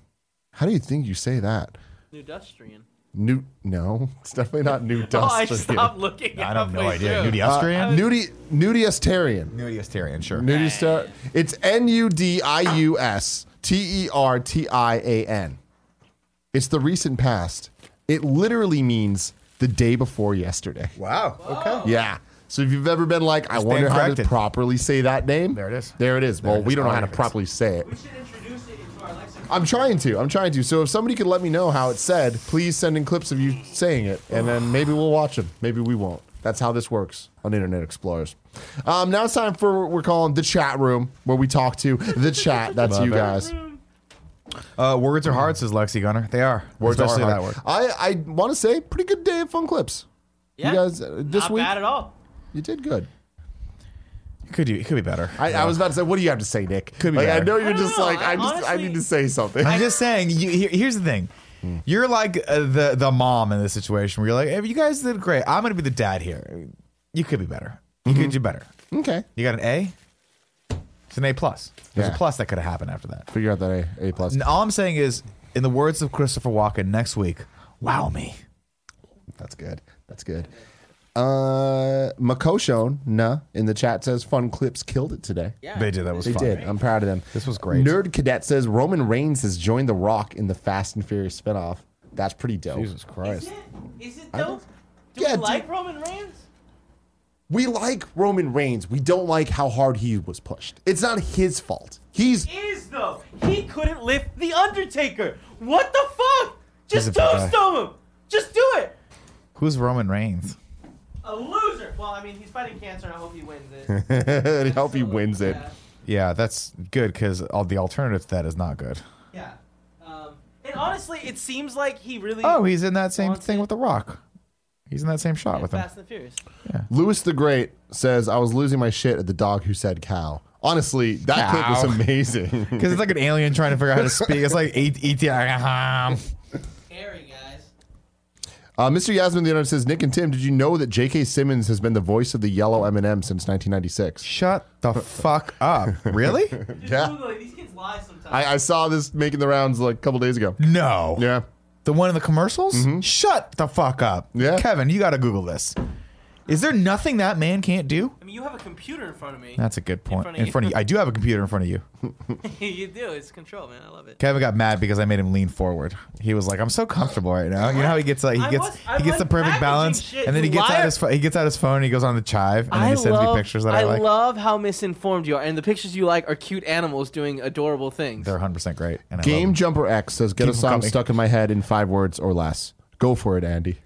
Speaker 1: how do you think you say that?
Speaker 3: Nudustrian.
Speaker 1: New? No, *laughs* it's definitely not new
Speaker 3: Oh,
Speaker 1: dust.
Speaker 3: I stopped looking.
Speaker 2: I have no
Speaker 3: halfway
Speaker 2: idea.
Speaker 3: through.
Speaker 2: Nudie Austrian.
Speaker 3: uh,
Speaker 1: Nudi- nudiastarian.
Speaker 2: Nudiestarian, sure.
Speaker 1: Nudistar. It's N U D I U S T E R T I A N. It's the recent past. It literally means the day before yesterday.
Speaker 2: wow. Okay.
Speaker 1: Yeah. So if you've ever been like, I
Speaker 2: stand
Speaker 1: wonder how
Speaker 2: corrected.
Speaker 1: to properly say that name.
Speaker 2: There it is.
Speaker 1: There it is. well,
Speaker 2: it
Speaker 1: we
Speaker 2: is.
Speaker 1: don't know
Speaker 2: Oh,
Speaker 1: how to
Speaker 2: there it is.
Speaker 1: properly say it.
Speaker 3: We should introduce it into our lexicon.
Speaker 1: I'm trying to. I'm trying to. So if somebody could let me know how it's said, please send in clips of you saying it, and then maybe we'll watch them. Maybe we won't. That's how this works on Internet Explorers. Um, now it's time for what we're calling the chat room, where we talk to the
Speaker 2: *laughs*
Speaker 1: chat. That's you
Speaker 2: it.
Speaker 1: guys.
Speaker 2: Uh, words are hard, says Lexi Gunner. They are.
Speaker 1: Words are
Speaker 2: Especially that
Speaker 1: hard.
Speaker 2: word.
Speaker 1: I, I want to say pretty good day of fun clips.
Speaker 3: Yeah,
Speaker 1: You guys uh, this
Speaker 3: not
Speaker 1: week
Speaker 3: bad at all.
Speaker 1: you did good.
Speaker 2: It could, be- it could be better.
Speaker 1: I, I was about to say, what do you have to say, Nick?
Speaker 2: Could be
Speaker 1: like, I
Speaker 2: better.
Speaker 1: know you're
Speaker 3: I don't
Speaker 1: just
Speaker 3: know.
Speaker 1: like
Speaker 3: I
Speaker 1: I just I
Speaker 3: honestly-
Speaker 1: need to say something.
Speaker 2: I'm just saying. You, here, here's the thing. You're like uh, the the mom in this situation where you're like, hey, you guys did great. I'm gonna be the dad here. You could be better. You
Speaker 1: Mm-hmm.
Speaker 2: could do better.
Speaker 1: *laughs* okay.
Speaker 2: You got an A. It's an A plus. There's
Speaker 1: Yeah.
Speaker 2: a plus that could have happened after that.
Speaker 1: Figure out that A, a plus.
Speaker 2: And all I'm saying is, in the words of Christopher Walken, next week, wow me.
Speaker 1: That's good. That's good. Uh, Makoshon na in the chat says fun clips killed it today.
Speaker 3: Yeah,
Speaker 2: They did. That was
Speaker 1: They
Speaker 2: fun.
Speaker 1: did. I'm proud of them.
Speaker 2: This was great.
Speaker 1: Nerd Cadet says Roman Reigns has joined The Rock in the Fast and Furious spinoff. That's pretty dope.
Speaker 2: Jesus
Speaker 3: Is
Speaker 2: Christ.
Speaker 3: it, is it dope? Do
Speaker 1: Yeah,
Speaker 3: we
Speaker 1: dude.
Speaker 3: like Roman Reigns?
Speaker 1: We like Roman Reigns. We don't like how hard he was pushed. It's not his fault. He's *laughs*
Speaker 3: Is though. He couldn't lift the Undertaker. What the fuck?
Speaker 2: He's
Speaker 3: Just
Speaker 2: a big guy.
Speaker 3: tombstone him. Just do it.
Speaker 2: Who's Roman Reigns?
Speaker 3: A loser. Well, I mean, he's fighting cancer, and I hope he wins
Speaker 2: *laughs*
Speaker 3: it.
Speaker 1: I hope he wins it.
Speaker 3: Yeah.
Speaker 2: Yeah, that's good because all the alternative to that is not good.
Speaker 3: Yeah. Um, and honestly, it seems like he really.
Speaker 2: Oh, he's in that same
Speaker 3: Wants
Speaker 2: thing
Speaker 3: it.
Speaker 2: with The Rock. He's in that same shot with him.
Speaker 3: Fast and Furious.
Speaker 1: Lewis the Great says I was losing my shit at the dog who said cow. Honestly, that clip was
Speaker 2: Cow. *laughs*
Speaker 1: amazing.
Speaker 2: Because it's like an alien trying to figure out how to speak. It's like E uh-huh. eat, eat the-
Speaker 3: Scary guys.
Speaker 1: Uh, Mr. Yasmin the Internet says, Nick and Tim, did you know that J.K. Simmons has been the voice of the yellow M&M since 1996?
Speaker 2: Shut the fuck up. Really?
Speaker 3: Just
Speaker 1: Yeah.
Speaker 3: Google it. These kids lie sometimes.
Speaker 1: I, I saw this making the rounds like a couple days ago.
Speaker 2: No.
Speaker 1: Yeah. Mm-hmm.
Speaker 2: The one in the commercials? Shut the fuck up.
Speaker 1: Yeah.
Speaker 2: Kevin, you got to Google this. Is there nothing that man can't do?
Speaker 3: I mean, you have a computer in front of me.
Speaker 2: That's a good point.
Speaker 3: front of
Speaker 2: In
Speaker 3: you.
Speaker 2: front of you. I do have a computer in front of you.
Speaker 3: *laughs* you do. It's control, man. I love it.
Speaker 2: Kevin got mad because I made him lean forward. He was like, "I'm so comfortable right now." You know how he gets like he
Speaker 3: I
Speaker 2: gets
Speaker 3: was- I
Speaker 2: he gets the
Speaker 3: like
Speaker 2: perfect
Speaker 3: packaging
Speaker 2: balance,
Speaker 3: shit,
Speaker 2: and then he
Speaker 3: you
Speaker 2: gets out
Speaker 3: liar.
Speaker 2: his pho- he gets out his phone and he goes on the chive, and then he sends me pictures that I, like.
Speaker 3: love how misinformed you are, and the pictures you like are cute animals doing adorable things.
Speaker 2: They're 100 percent great. And I
Speaker 1: Game
Speaker 2: love them.
Speaker 1: Jumper X says, get
Speaker 2: Keep
Speaker 1: a
Speaker 2: them
Speaker 1: song
Speaker 2: coming.
Speaker 1: stuck in my head in five words or less. Go for it, Andy.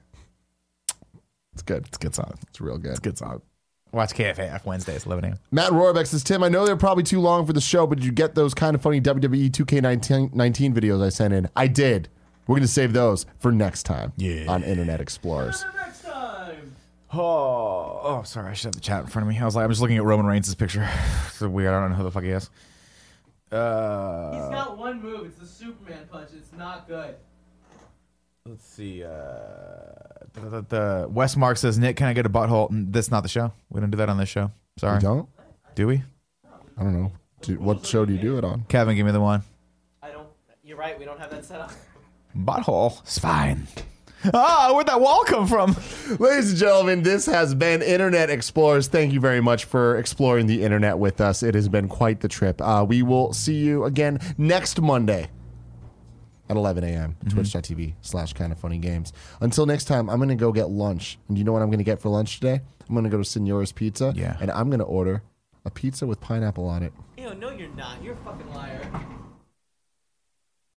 Speaker 1: It's good.
Speaker 2: good song.
Speaker 1: It's real good.
Speaker 2: Good song. Watch KFAF Wednesdays, 11 a.m.
Speaker 1: Matt Rohrbeck says, Tim, I know they're probably too long for the show, but did you get those kind of funny E WWE 2K19 19 videos I sent in? I did. We're going to save those for next time
Speaker 2: Yeah.
Speaker 1: on Internet Explorers.
Speaker 3: Next time.
Speaker 2: Oh, oh, sorry. I should have the chat in front of me. I was like, I'm just looking at Roman Reigns' picture. *laughs* so weird. I don't know who the fuck he is. Uh,
Speaker 3: He's got one move. It's the Superman punch. It's not good.
Speaker 2: let's see. Uh, the, the, the West Mark says, Nick, can I get a butthole? N- That's not the show. We don't do that on this show. Sorry.
Speaker 1: You don't?
Speaker 2: Do we?
Speaker 1: I don't know. Do, what show do you do it on?
Speaker 2: Kevin, give me the one.
Speaker 3: I don't. You're right. We don't have that set up. *laughs*
Speaker 2: Butthole. It's fine. Ah, where'd that wall come from? *laughs*
Speaker 1: Ladies and gentlemen, this has been Internet Explorers. Thank you very much for exploring the internet with us. It has been quite the trip. Uh, we will see you again next Monday at 11 a.m. Twitch.tv slash kind of funny games. Until next time, I'm going to go get lunch. And you know what I'm going to get for lunch today? I'm going to go to Senora's Pizza.
Speaker 2: Yeah.
Speaker 1: And I'm going to order a pizza with pineapple on it.
Speaker 3: Ew, no, you're not. You're a fucking liar.